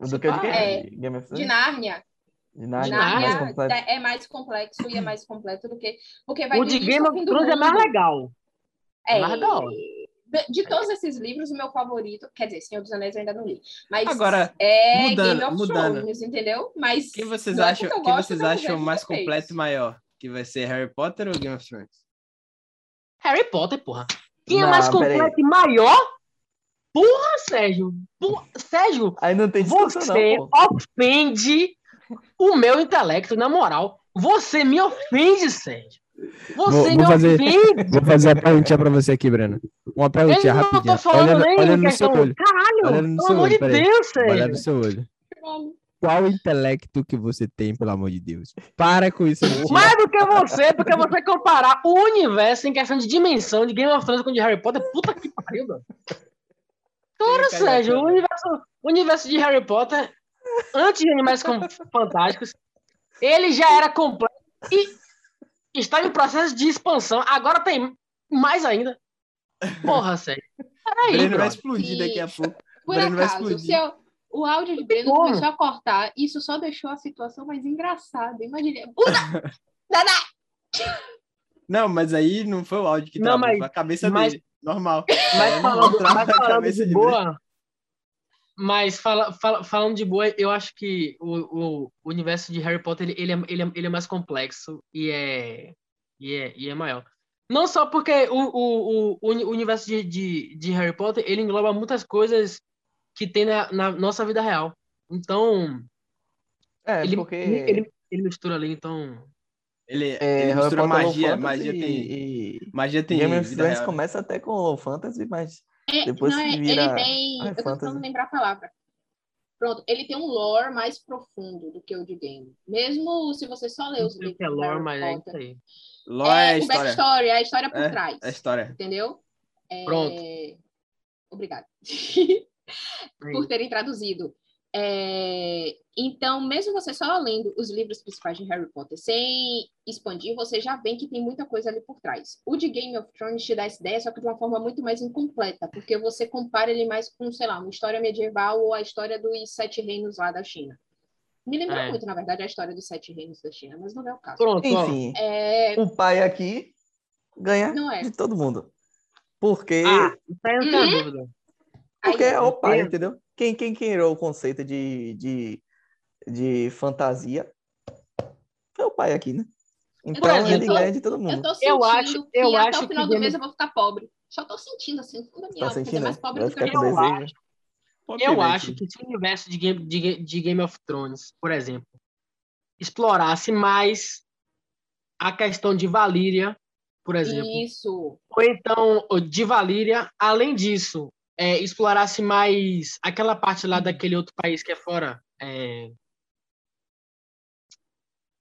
Speaker 1: Do que eu de,
Speaker 2: É,
Speaker 1: Game of
Speaker 2: De
Speaker 1: Thrones?
Speaker 2: Nárnia.
Speaker 1: De
Speaker 4: é
Speaker 2: De
Speaker 1: nada,
Speaker 3: Nárnia.
Speaker 1: mais
Speaker 2: Nárnia
Speaker 1: completo.
Speaker 2: é mais complexo e é mais completo do que. Porque vai
Speaker 3: O
Speaker 2: do
Speaker 3: de
Speaker 2: início
Speaker 3: Game
Speaker 2: ao
Speaker 3: of
Speaker 2: fim do
Speaker 3: Thrones é mais
Speaker 2: mundo.
Speaker 3: legal. É mais da hora.
Speaker 2: de-
Speaker 4: É.
Speaker 2: De todos esses livros, o meu favorito, quer dizer, Senhor dos Anéis eu ainda não li, mas
Speaker 4: Agora,
Speaker 2: é
Speaker 4: mudando,
Speaker 2: Game of
Speaker 4: mudando.
Speaker 2: Thrones, entendeu? Mas
Speaker 4: quem vocês
Speaker 2: não é
Speaker 4: acham,
Speaker 2: porque eu
Speaker 4: quem
Speaker 2: gosto,
Speaker 4: vocês
Speaker 2: não,
Speaker 4: acham
Speaker 2: gente,
Speaker 4: mais
Speaker 2: perfeito.
Speaker 4: completo e maior? Que vai ser Harry Potter ou Game of Thrones?
Speaker 3: Harry Potter, porra. Quem é
Speaker 1: Não,
Speaker 3: mais
Speaker 1: peraí.
Speaker 3: completo e maior? Porra, Sérgio. Porra, Sérgio,
Speaker 1: Aí não tem discussão,
Speaker 3: você
Speaker 1: não, pô.
Speaker 3: ofende o meu intelecto, na moral. Você me ofende, Sérgio. Você
Speaker 5: Vou-
Speaker 3: me
Speaker 5: vou fazer- É,
Speaker 3: ofende.
Speaker 5: Vou fazer a perguntinha pra você aqui, Breno. Uma perguntinha
Speaker 3: Eu não
Speaker 5: rapidinha.
Speaker 3: tô falando
Speaker 5: Olha, no-
Speaker 3: nem
Speaker 5: olha
Speaker 3: em
Speaker 5: no seu
Speaker 3: questão.
Speaker 5: olho. Olha
Speaker 3: Caralho,
Speaker 5: no
Speaker 3: pelo
Speaker 5: seu
Speaker 3: amor
Speaker 5: olho,
Speaker 3: de
Speaker 5: peraí.
Speaker 3: Deus,
Speaker 5: Olha no
Speaker 3: Sérgio.
Speaker 5: seu olho. Qual o intelecto que você tem, pelo amor de Deus? Para com isso, mentira.
Speaker 3: Mais do que você, porque você comparar o universo em questão de dimensão de Game of Thrones com o de Harry Potter, puta que pariu, mano. Claro,
Speaker 4: Ele cai na
Speaker 3: Sérgio, o
Speaker 4: cama.
Speaker 3: universo, o universo de Harry Potter, antes de Animais Com- Fantásticos, ele já era completo e está em processo de expansão. Agora tem mais ainda. Porra, Sérgio.
Speaker 4: O
Speaker 3: Peraí,
Speaker 4: Breno vai
Speaker 3: bro.
Speaker 4: explodir
Speaker 2: Sim.
Speaker 4: daqui a pouco.
Speaker 2: Por
Speaker 4: Breno vai
Speaker 2: acaso, o,
Speaker 4: explodir.
Speaker 2: seu, o áudio de
Speaker 1: Hum.
Speaker 2: Breno
Speaker 3: Como?
Speaker 2: começou a cortar, isso só deixou a situação mais engraçada, imagina. Puta,
Speaker 4: Não, mas aí não foi o áudio que
Speaker 3: Não,
Speaker 4: travou,
Speaker 3: mas-
Speaker 4: foi a cabeça
Speaker 3: mas-
Speaker 4: dele. Normal.
Speaker 3: Mas falando,
Speaker 4: Trava
Speaker 3: mas
Speaker 4: a
Speaker 3: falando
Speaker 4: cabeça
Speaker 3: de
Speaker 4: de
Speaker 3: boa. Mas fala, fala- falando de boa, eu acho que o, o universo de Harry Potter ele, ele, é, ele, é, ele é mais complexo e é, e é, e é maior. Não só porque o, o, o, o uni- o universo de, de, de Harry Potter ele engloba muitas coisas que tem na, na nossa vida real. Então,
Speaker 1: É,
Speaker 3: ele,
Speaker 1: porque...
Speaker 3: ele, ele- ele mistura ali, então.
Speaker 4: Ele,
Speaker 1: é,
Speaker 4: ele
Speaker 1: Harry
Speaker 4: mistura
Speaker 1: Potter, Low
Speaker 4: magia,
Speaker 1: Fantasy
Speaker 4: magia tem.
Speaker 1: e- e
Speaker 4: Magia tem
Speaker 1: Game of
Speaker 4: vida
Speaker 1: Thrones
Speaker 4: real.
Speaker 3: É,
Speaker 1: começa até com Low Fantasy, mas
Speaker 2: é,
Speaker 1: Depois
Speaker 2: não,
Speaker 1: que
Speaker 2: é-
Speaker 1: vira-
Speaker 2: ele tem,
Speaker 1: Ah, é
Speaker 2: eu tô
Speaker 1: fantasy.
Speaker 2: tentando lembrar a palavra. Pronto, ele tem um lore mais profundo do que o de game. Mesmo se você só ler
Speaker 3: Não
Speaker 2: os
Speaker 3: sei o
Speaker 2: livros
Speaker 3: que é
Speaker 2: do
Speaker 3: lore,
Speaker 2: Harry
Speaker 3: mas é isso
Speaker 2: Potter.
Speaker 3: aí.
Speaker 4: Ló é, a
Speaker 2: o
Speaker 4: história.
Speaker 2: backstory, é a história por trás.
Speaker 4: É a história.
Speaker 2: Entendeu? É,
Speaker 3: Pronto.
Speaker 2: Obrigada
Speaker 3: É
Speaker 2: por
Speaker 3: isso.
Speaker 2: terem traduzido. É, Então, mesmo você só lendo os livros principais de Harry Potter sem expandir, você já vê que tem muita coisa ali por trás. O de Game of Thrones te dá essa ideia, só que de uma forma muito mais incompleta, porque você compara ele mais com, sei lá, uma história medieval ou a história dos Sete Reinos lá da China. Me lembra
Speaker 3: É.
Speaker 2: muito, na verdade, a história dos Sete Reinos da China, mas não é o caso.
Speaker 3: Pronto, ó.
Speaker 1: enfim,
Speaker 2: É,
Speaker 1: o pai aqui ganha
Speaker 2: Não é.
Speaker 1: de todo mundo. Porque,
Speaker 3: Ah, isso aí eu não tenho
Speaker 2: Uhum.
Speaker 3: dúvida.
Speaker 1: porque
Speaker 2: aí-
Speaker 1: é o pai,
Speaker 3: entendo.
Speaker 1: entendeu? Quem, quem criou o conceito de, de, de fantasia foi o pai aqui, né? Então
Speaker 3: exemplo,
Speaker 1: ele ganha de todo
Speaker 2: Eu
Speaker 1: mundo.
Speaker 2: tô sentindo
Speaker 3: Tipo, acho-
Speaker 2: que
Speaker 3: eu
Speaker 2: até
Speaker 3: acho
Speaker 2: o final
Speaker 3: que
Speaker 2: do
Speaker 3: Game-
Speaker 2: mês eu vou ficar pobre. Só tô sentindo assim, no fundo da minha
Speaker 1: Tá
Speaker 2: alma, mas é
Speaker 1: sentindo?
Speaker 2: mais pobre
Speaker 1: Vai
Speaker 2: do que eu
Speaker 1: ficar
Speaker 2: já
Speaker 1: com
Speaker 2: sou.
Speaker 1: desejo?
Speaker 3: Eu acho que se o universo de Game, de, Ga- de Game of Thrones, por exemplo, explorasse mais a questão de Valyria, por exemplo,
Speaker 2: Isso.
Speaker 3: ou então o de Valyria, além disso, é, explorasse mais aquela parte lá daquele outro país que é fora, é,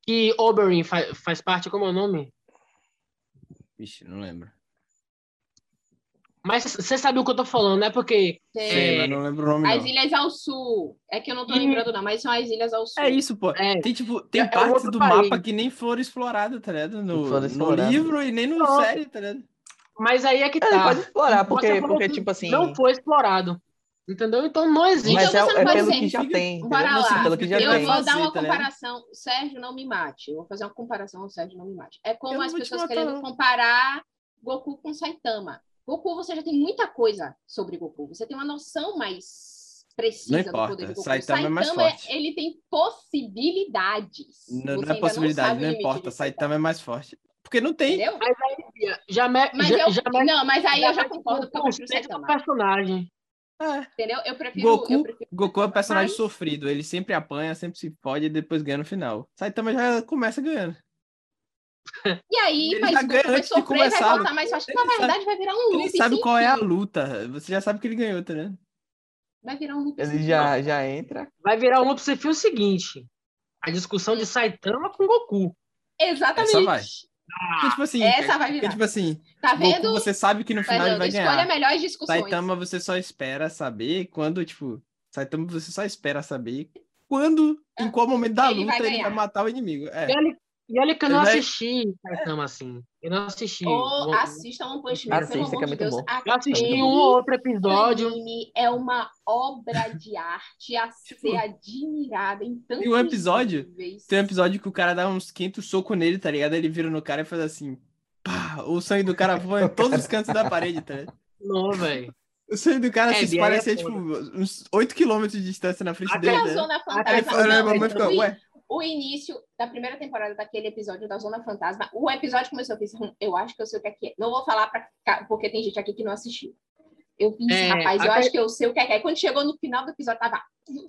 Speaker 3: que Oberyn fa- faz parte, como é o nome?
Speaker 4: Vixe, não lembro.
Speaker 3: Mas você sabe o que eu tô falando, né? Porque
Speaker 2: Tem
Speaker 4: Sei, mas não lembro o nome.
Speaker 2: É, As
Speaker 4: Não.
Speaker 2: ilhas ao sul. É que eu não tô
Speaker 3: E-
Speaker 2: lembrando, não, mas são as ilhas ao sul.
Speaker 4: É isso, pô.
Speaker 3: Uhum. é,
Speaker 4: Tem, tipo, tem
Speaker 3: É- é um
Speaker 4: partes
Speaker 3: outro
Speaker 4: do
Speaker 3: país.
Speaker 4: mapa que nem foram exploradas, tá ligado? No,
Speaker 1: Foram
Speaker 4: no
Speaker 1: exploradas.
Speaker 4: livro e nem no
Speaker 3: Não.
Speaker 4: série, tá ligado?
Speaker 3: mas aí é que
Speaker 1: Ele
Speaker 3: tá.
Speaker 1: pode
Speaker 2: Então
Speaker 1: explorar, porque,
Speaker 3: Você falou
Speaker 1: porque
Speaker 3: que
Speaker 1: tipo assim.
Speaker 3: Não foi explorado. Entendeu? Então não existe.
Speaker 1: Mas
Speaker 2: Então
Speaker 1: é,
Speaker 2: você não
Speaker 1: é
Speaker 2: vai
Speaker 1: pelo
Speaker 2: ser.
Speaker 1: que já tem. entendeu?
Speaker 2: Bora
Speaker 1: Assim,
Speaker 2: lá.
Speaker 1: pelo que já
Speaker 2: Eu
Speaker 4: Eu
Speaker 1: tem.
Speaker 2: vou dar uma
Speaker 4: Fazer, tá ligado?
Speaker 2: comparação. Sérgio, não me mate. Eu vou fazer uma comparação, Sérgio, não me mate. É
Speaker 4: Eu
Speaker 2: como
Speaker 4: não
Speaker 2: as
Speaker 4: vou te
Speaker 2: pessoas
Speaker 4: matar,
Speaker 2: querendo
Speaker 4: não.
Speaker 2: comparar Goku com Saitama. Goku, você já tem muita coisa sobre Goku. Você tem uma noção mais
Speaker 4: Não
Speaker 2: precisa do
Speaker 4: importa,
Speaker 2: poder de Goku.
Speaker 4: Saitama é mais forte.
Speaker 2: ele tem possibilidades.
Speaker 4: Não,
Speaker 2: Você
Speaker 4: não
Speaker 2: ainda
Speaker 4: é possibilidade,
Speaker 2: sabe o
Speaker 4: não,
Speaker 2: limite
Speaker 4: importa.
Speaker 2: de Saitama,
Speaker 4: Saitama é mais forte. Porque não tem.
Speaker 2: Entendeu?
Speaker 3: Já, me,
Speaker 2: Mas
Speaker 3: já,
Speaker 2: eu,
Speaker 3: já me-
Speaker 2: não, mas aí eu já
Speaker 3: me-
Speaker 2: concordo porque eu prefiro
Speaker 3: conceito do
Speaker 2: Saitama.
Speaker 3: personagem.
Speaker 4: É.
Speaker 2: Entendeu? Eu prefiro. eu
Speaker 4: Goku,
Speaker 2: prefiro
Speaker 4: Goku é um personagem
Speaker 2: Mas-
Speaker 4: sofrido. Ele sempre apanha, sempre se fode e depois ganha no final. Saitama já começa ganhando.
Speaker 2: E aí
Speaker 4: Ele
Speaker 2: faz
Speaker 4: tá
Speaker 2: gol,
Speaker 4: ganhando
Speaker 2: vai
Speaker 4: antes de
Speaker 2: sofrer, vai
Speaker 4: começar, né?
Speaker 2: voltar mais forte.
Speaker 4: ele
Speaker 2: Na
Speaker 4: sabe-
Speaker 2: verdade, vai virar um loop.
Speaker 4: Ele sabe
Speaker 2: sem
Speaker 4: qual é a
Speaker 2: fim.
Speaker 4: luta. Você já sabe que ele ganhou, tá ligado?
Speaker 2: Vai virar um loop.
Speaker 1: Ele
Speaker 2: sem
Speaker 1: já, já entra.
Speaker 3: Vai virar um loop sem fio o seguinte. A discussão de Saitama com Goku.
Speaker 2: fim. Exatamente.
Speaker 4: Essa vai. Porque, tipo assim,
Speaker 2: Ah, essa vai
Speaker 4: porque,
Speaker 2: virar.
Speaker 4: tipo assim,
Speaker 2: Tá
Speaker 4: Goku,
Speaker 2: vendo?
Speaker 4: você sabe que no final ele
Speaker 2: Fernando,
Speaker 4: vai
Speaker 2: escolha
Speaker 4: ganhar.
Speaker 2: melhores discussões.
Speaker 4: Saitama, você só espera saber quando, tipo, Saitama, você só espera saber quando, em qual momento da
Speaker 2: Ele
Speaker 4: luta
Speaker 2: vai
Speaker 4: ele
Speaker 2: ganhar.
Speaker 4: vai matar o inimigo. É.
Speaker 3: E olha, e olha que eu não
Speaker 4: Ele vai-
Speaker 3: assisti Saitama assim. Eu não assisti.
Speaker 2: Ou
Speaker 3: Eu-
Speaker 2: assista One Punch Man,
Speaker 1: Assista,
Speaker 2: pelo
Speaker 1: que é
Speaker 2: amor de
Speaker 1: muito
Speaker 2: Deus.
Speaker 1: bom.
Speaker 3: Eu assisti
Speaker 2: Aquele
Speaker 3: um ou outro episódio.
Speaker 2: anime é uma obra de arte a ser admirada em tantos
Speaker 4: Tipo, tem um episódio-
Speaker 2: níveis.
Speaker 4: Tem um episódio que o cara dá uns 500 socos nele, tá ligado? Ele vira no cara e faz assim. Pá, o sangue do cara voa em todos os cantos da parede, tá ligado?
Speaker 3: Não, velho.
Speaker 4: O sangue do cara
Speaker 3: É,
Speaker 4: se
Speaker 3: bem,
Speaker 4: espalha
Speaker 3: aí é
Speaker 4: assim, tipo, uns 8km de distância na frente
Speaker 3: Até
Speaker 2: E
Speaker 4: dele.
Speaker 2: a
Speaker 4: né?
Speaker 2: Zona
Speaker 4: Aí
Speaker 2: Fantasma.
Speaker 4: ele fala, né,
Speaker 2: não, é
Speaker 4: mamãe fica,
Speaker 2: o, in-
Speaker 4: ué,
Speaker 2: o início da primeira temporada daquele episódio da Zona Fantasma, o episódio começou, eu fiz, hum, eu acho que eu sei o que é que é. Não vou falar pra, ca- porque tem gente aqui que não assistiu. Eu fiz,
Speaker 3: É,
Speaker 2: rapaz, eu
Speaker 3: até-
Speaker 2: acho que eu sei o que é que é. Aí Quando chegou no final do episódio, tava. "Eu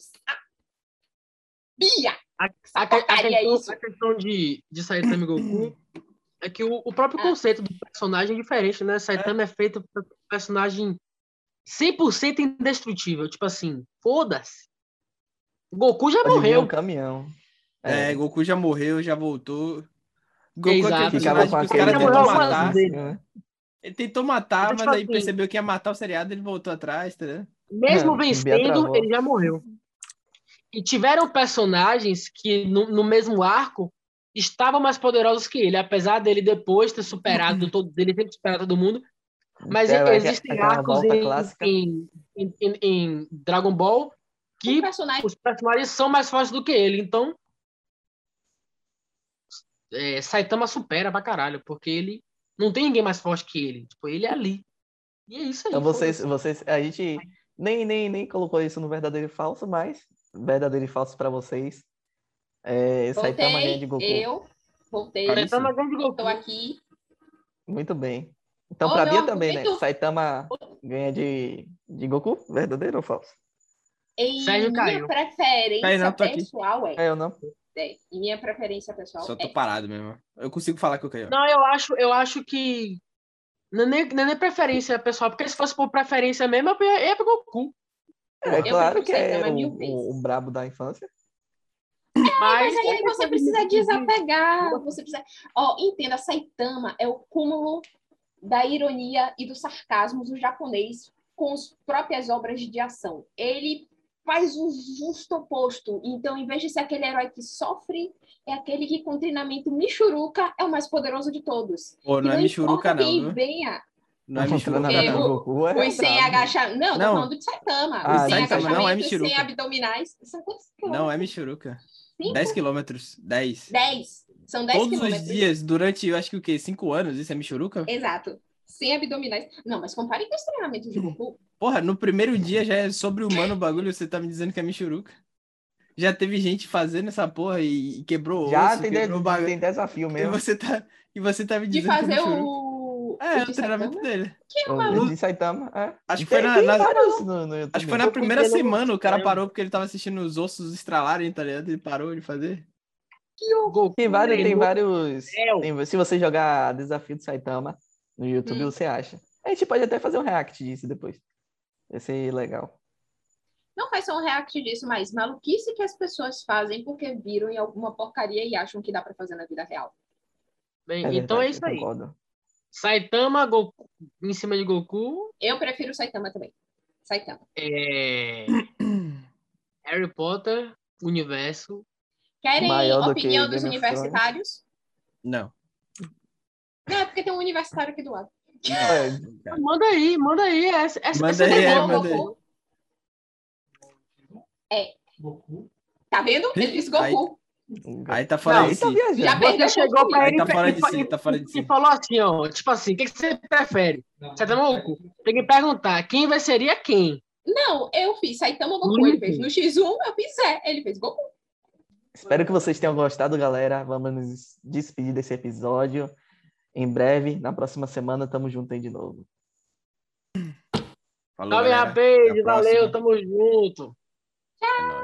Speaker 2: sabia!
Speaker 3: A,
Speaker 2: Essa
Speaker 3: que- a
Speaker 2: porcaria é
Speaker 3: questão,
Speaker 2: isso.
Speaker 3: a questão de, de Saitama e Goku é que o, o próprio conceito do personagem é diferente, né? Saitama é feito pra um personagem 100% indestrutível. Tipo assim, foda-se. O Goku já
Speaker 1: Pode vir
Speaker 3: morreu.
Speaker 1: um caminhão.
Speaker 4: É, Goku já morreu, já voltou. Goku
Speaker 3: Exato.
Speaker 4: é aquele
Speaker 1: Ficava
Speaker 4: personagem
Speaker 1: com
Speaker 4: que
Speaker 1: a
Speaker 4: os
Speaker 1: cara
Speaker 4: caras
Speaker 3: de
Speaker 1: dentro
Speaker 4: tentam
Speaker 1: do
Speaker 3: Goku.
Speaker 4: matar.
Speaker 1: saco,
Speaker 3: dele.
Speaker 1: né?
Speaker 4: Ele tentou
Speaker 3: Então,
Speaker 4: matar, mas
Speaker 3: tipo
Speaker 4: aí
Speaker 3: assim-
Speaker 4: percebeu que ia matar o seriado, ele voltou atrás, tá ligado?
Speaker 3: Mesmo
Speaker 1: Mano, Bia
Speaker 3: vencendo,
Speaker 1: travou.
Speaker 3: ele já morreu. E tiveram personagens que, no, no mesmo arco, estavam mais poderosos que ele, apesar dele depois ter superado todo, dele ter superado todo mundo. Mas é,
Speaker 1: Aquela-
Speaker 3: existem
Speaker 1: aquela
Speaker 3: arcos
Speaker 1: volta
Speaker 3: em,
Speaker 1: clássica.
Speaker 3: em- em- em- em Dragon Ball
Speaker 2: O
Speaker 3: que
Speaker 2: um personagem
Speaker 3: os personagens são mais fortes do que ele. Então, é, Saitama supera pra caralho, porque ele não tem ninguém mais forte que ele. Tipo, ele é ali. E é isso aí.
Speaker 1: Então
Speaker 3: foda-se.
Speaker 1: vocês, vocês, a gente nem, nem, nem colocou isso no verdadeiro e falso, mas verdadeiro e falso pra vocês. É, Saitama ganha de
Speaker 2: Voltei,
Speaker 1: Goku.
Speaker 2: eu voltei,
Speaker 4: Olha isso.
Speaker 3: Saitama é ganha de Goku.
Speaker 2: estou aqui.
Speaker 1: Muito bem. Então,
Speaker 2: Ô,
Speaker 1: pra
Speaker 2: meu
Speaker 1: Bia também, né?
Speaker 2: argumento-
Speaker 1: Saitama ganha de, de Goku? Verdadeiro ou falso?
Speaker 2: Em
Speaker 3: Sérgio
Speaker 2: minha
Speaker 3: caiu.
Speaker 2: preferência
Speaker 4: Caiu, não, tô aqui.
Speaker 2: pessoal é,
Speaker 1: É, eu não.
Speaker 2: é, em minha preferência pessoal
Speaker 4: Só
Speaker 2: é.
Speaker 4: tô parado mesmo. Eu consigo falar que eu caí. ó.
Speaker 3: Não, eu acho, eu acho que. Não é, nem, não é nem preferência, pessoal, porque se fosse por preferência mesmo, eu ia, eu ia pro Goku.
Speaker 1: É
Speaker 2: Eu
Speaker 1: claro
Speaker 2: prefiro
Speaker 1: que é
Speaker 2: Saitama mil
Speaker 1: o,
Speaker 2: vezes.
Speaker 1: o, o brabo da infância.
Speaker 2: Ah, Mas aí é você precisa desapegar, você precisa. Ó, entenda, Saitama é o cúmulo da ironia e do sarcasmo do japonês com as próprias obras de ação. Ele faz o justo oposto. Então, em vez de ser aquele herói que sofre, é aquele que com treinamento Michuruca é o mais poderoso de todos.
Speaker 4: Pô,
Speaker 2: E
Speaker 4: não é Michuruca,
Speaker 2: importa
Speaker 4: não.
Speaker 2: quem
Speaker 4: viu?
Speaker 2: venha,
Speaker 4: Não é Michuruca,
Speaker 1: Treinamento
Speaker 2: Eu-
Speaker 1: do
Speaker 4: não.
Speaker 1: Goku é
Speaker 2: os sem
Speaker 1: brabo.
Speaker 2: agachamento. Não,
Speaker 4: Não.
Speaker 2: tô falando de Saitama.
Speaker 1: Ah,
Speaker 2: os sem
Speaker 1: Saitama,
Speaker 4: não é
Speaker 2: agachamento, sem
Speaker 4: Michuruca.
Speaker 2: abdominais. São quantos quilômetros?
Speaker 4: Não é Michuruca.
Speaker 2: Cinco?
Speaker 4: 10 quilômetros. 10.
Speaker 2: 10. São 10
Speaker 4: Todos
Speaker 2: quilômetros.
Speaker 4: os dias, durante, eu acho que o quê? 5 anos, isso é Michuruca?
Speaker 2: Exato. Sem abdominais. Não, mas compare com os treinamentos de Goku.
Speaker 4: Porra, no primeiro dia já é sobre-humano o bagulho, você tá me dizendo que é Michuruca. Já teve gente fazendo essa porra e, e quebrou o
Speaker 1: Já
Speaker 4: osso,
Speaker 1: tem,
Speaker 4: quebrou o
Speaker 1: de-
Speaker 4: bagulho.
Speaker 1: tem desafio
Speaker 4: E
Speaker 1: mesmo.
Speaker 4: você, tá, e você tá me
Speaker 2: De
Speaker 4: dizendo que
Speaker 2: fazer
Speaker 4: é Michuruca.
Speaker 2: o.
Speaker 4: É,
Speaker 2: o
Speaker 4: é o
Speaker 2: de
Speaker 4: treinamento
Speaker 2: Saitama.
Speaker 4: dele.
Speaker 1: O de Saitama, é.
Speaker 4: Acho que
Speaker 1: Tem-
Speaker 4: foi na-
Speaker 1: tem
Speaker 4: na,
Speaker 1: vários no- no YouTube.
Speaker 4: Acho que foi na
Speaker 3: Eu
Speaker 4: primeira
Speaker 3: comprei logo
Speaker 4: semana o cara
Speaker 3: Instagram.
Speaker 4: parou porque ele tava assistindo os ossos estralarem, tá ligado? Ele parou de fazer.
Speaker 3: Goku é
Speaker 1: Tem vários, tem
Speaker 3: treinou
Speaker 1: vários.
Speaker 3: Cell.
Speaker 1: tem- se você jogar Desafio do Saitama no YouTube,
Speaker 2: Hum.
Speaker 1: você acha. A gente pode até fazer um react disso depois. Vai ser legal.
Speaker 2: Não faz só um react disso, mas maluquice que as pessoas fazem porque viram em alguma porcaria e acham que dá pra fazer na vida real.
Speaker 3: Bem,
Speaker 1: É
Speaker 3: então
Speaker 1: verdade,
Speaker 3: é isso
Speaker 1: eu
Speaker 3: aí.
Speaker 1: concordo.
Speaker 3: Saitama Goku, em cima de Goku
Speaker 2: Eu prefiro o Saitama também. Saitama.
Speaker 3: é. Harry Potter, universo.
Speaker 2: Querem
Speaker 1: Maior do que
Speaker 2: opinião dos
Speaker 1: Game of
Speaker 2: universitários?
Speaker 4: Não.
Speaker 2: Não, é porque tem um universitário aqui do lado.
Speaker 1: É,
Speaker 3: Manda aí, manda aí. Essa, essa,
Speaker 4: Manda
Speaker 3: essa
Speaker 4: aí,
Speaker 3: é
Speaker 4: é,
Speaker 3: boa.
Speaker 4: manda aí.
Speaker 2: Goku. É. Tá vendo? Ele disse
Speaker 4: Aí-
Speaker 2: Goku.
Speaker 4: Aí tá
Speaker 1: Não,
Speaker 4: fora de
Speaker 1: ele
Speaker 4: si.
Speaker 1: tá viajando.
Speaker 2: Já perdeu
Speaker 3: Você chegou pra
Speaker 4: Aí
Speaker 3: ele
Speaker 4: tá
Speaker 3: e-
Speaker 4: fora
Speaker 3: e-
Speaker 4: de si, tá fora de
Speaker 3: e
Speaker 4: si.
Speaker 3: falou assim, ó. Tipo assim, o que, que você prefere? Saitama ou Goku? Tem que perguntar quem vai seria quem.
Speaker 2: Não, eu fiz Saitama Goku,
Speaker 3: Muito.
Speaker 2: ele fez no X1, eu fiz Zé, ele fez Goku.
Speaker 1: Espero que vocês tenham gostado, galera. Vamos nos despedir desse episódio. Em breve, na próxima semana, tamo junto aí de novo.
Speaker 4: Falou,
Speaker 3: Salve,
Speaker 4: galera.
Speaker 3: rapaz.
Speaker 4: Até é, a
Speaker 3: Valeu,
Speaker 4: próxima.
Speaker 3: tamo junto.
Speaker 4: É nóis.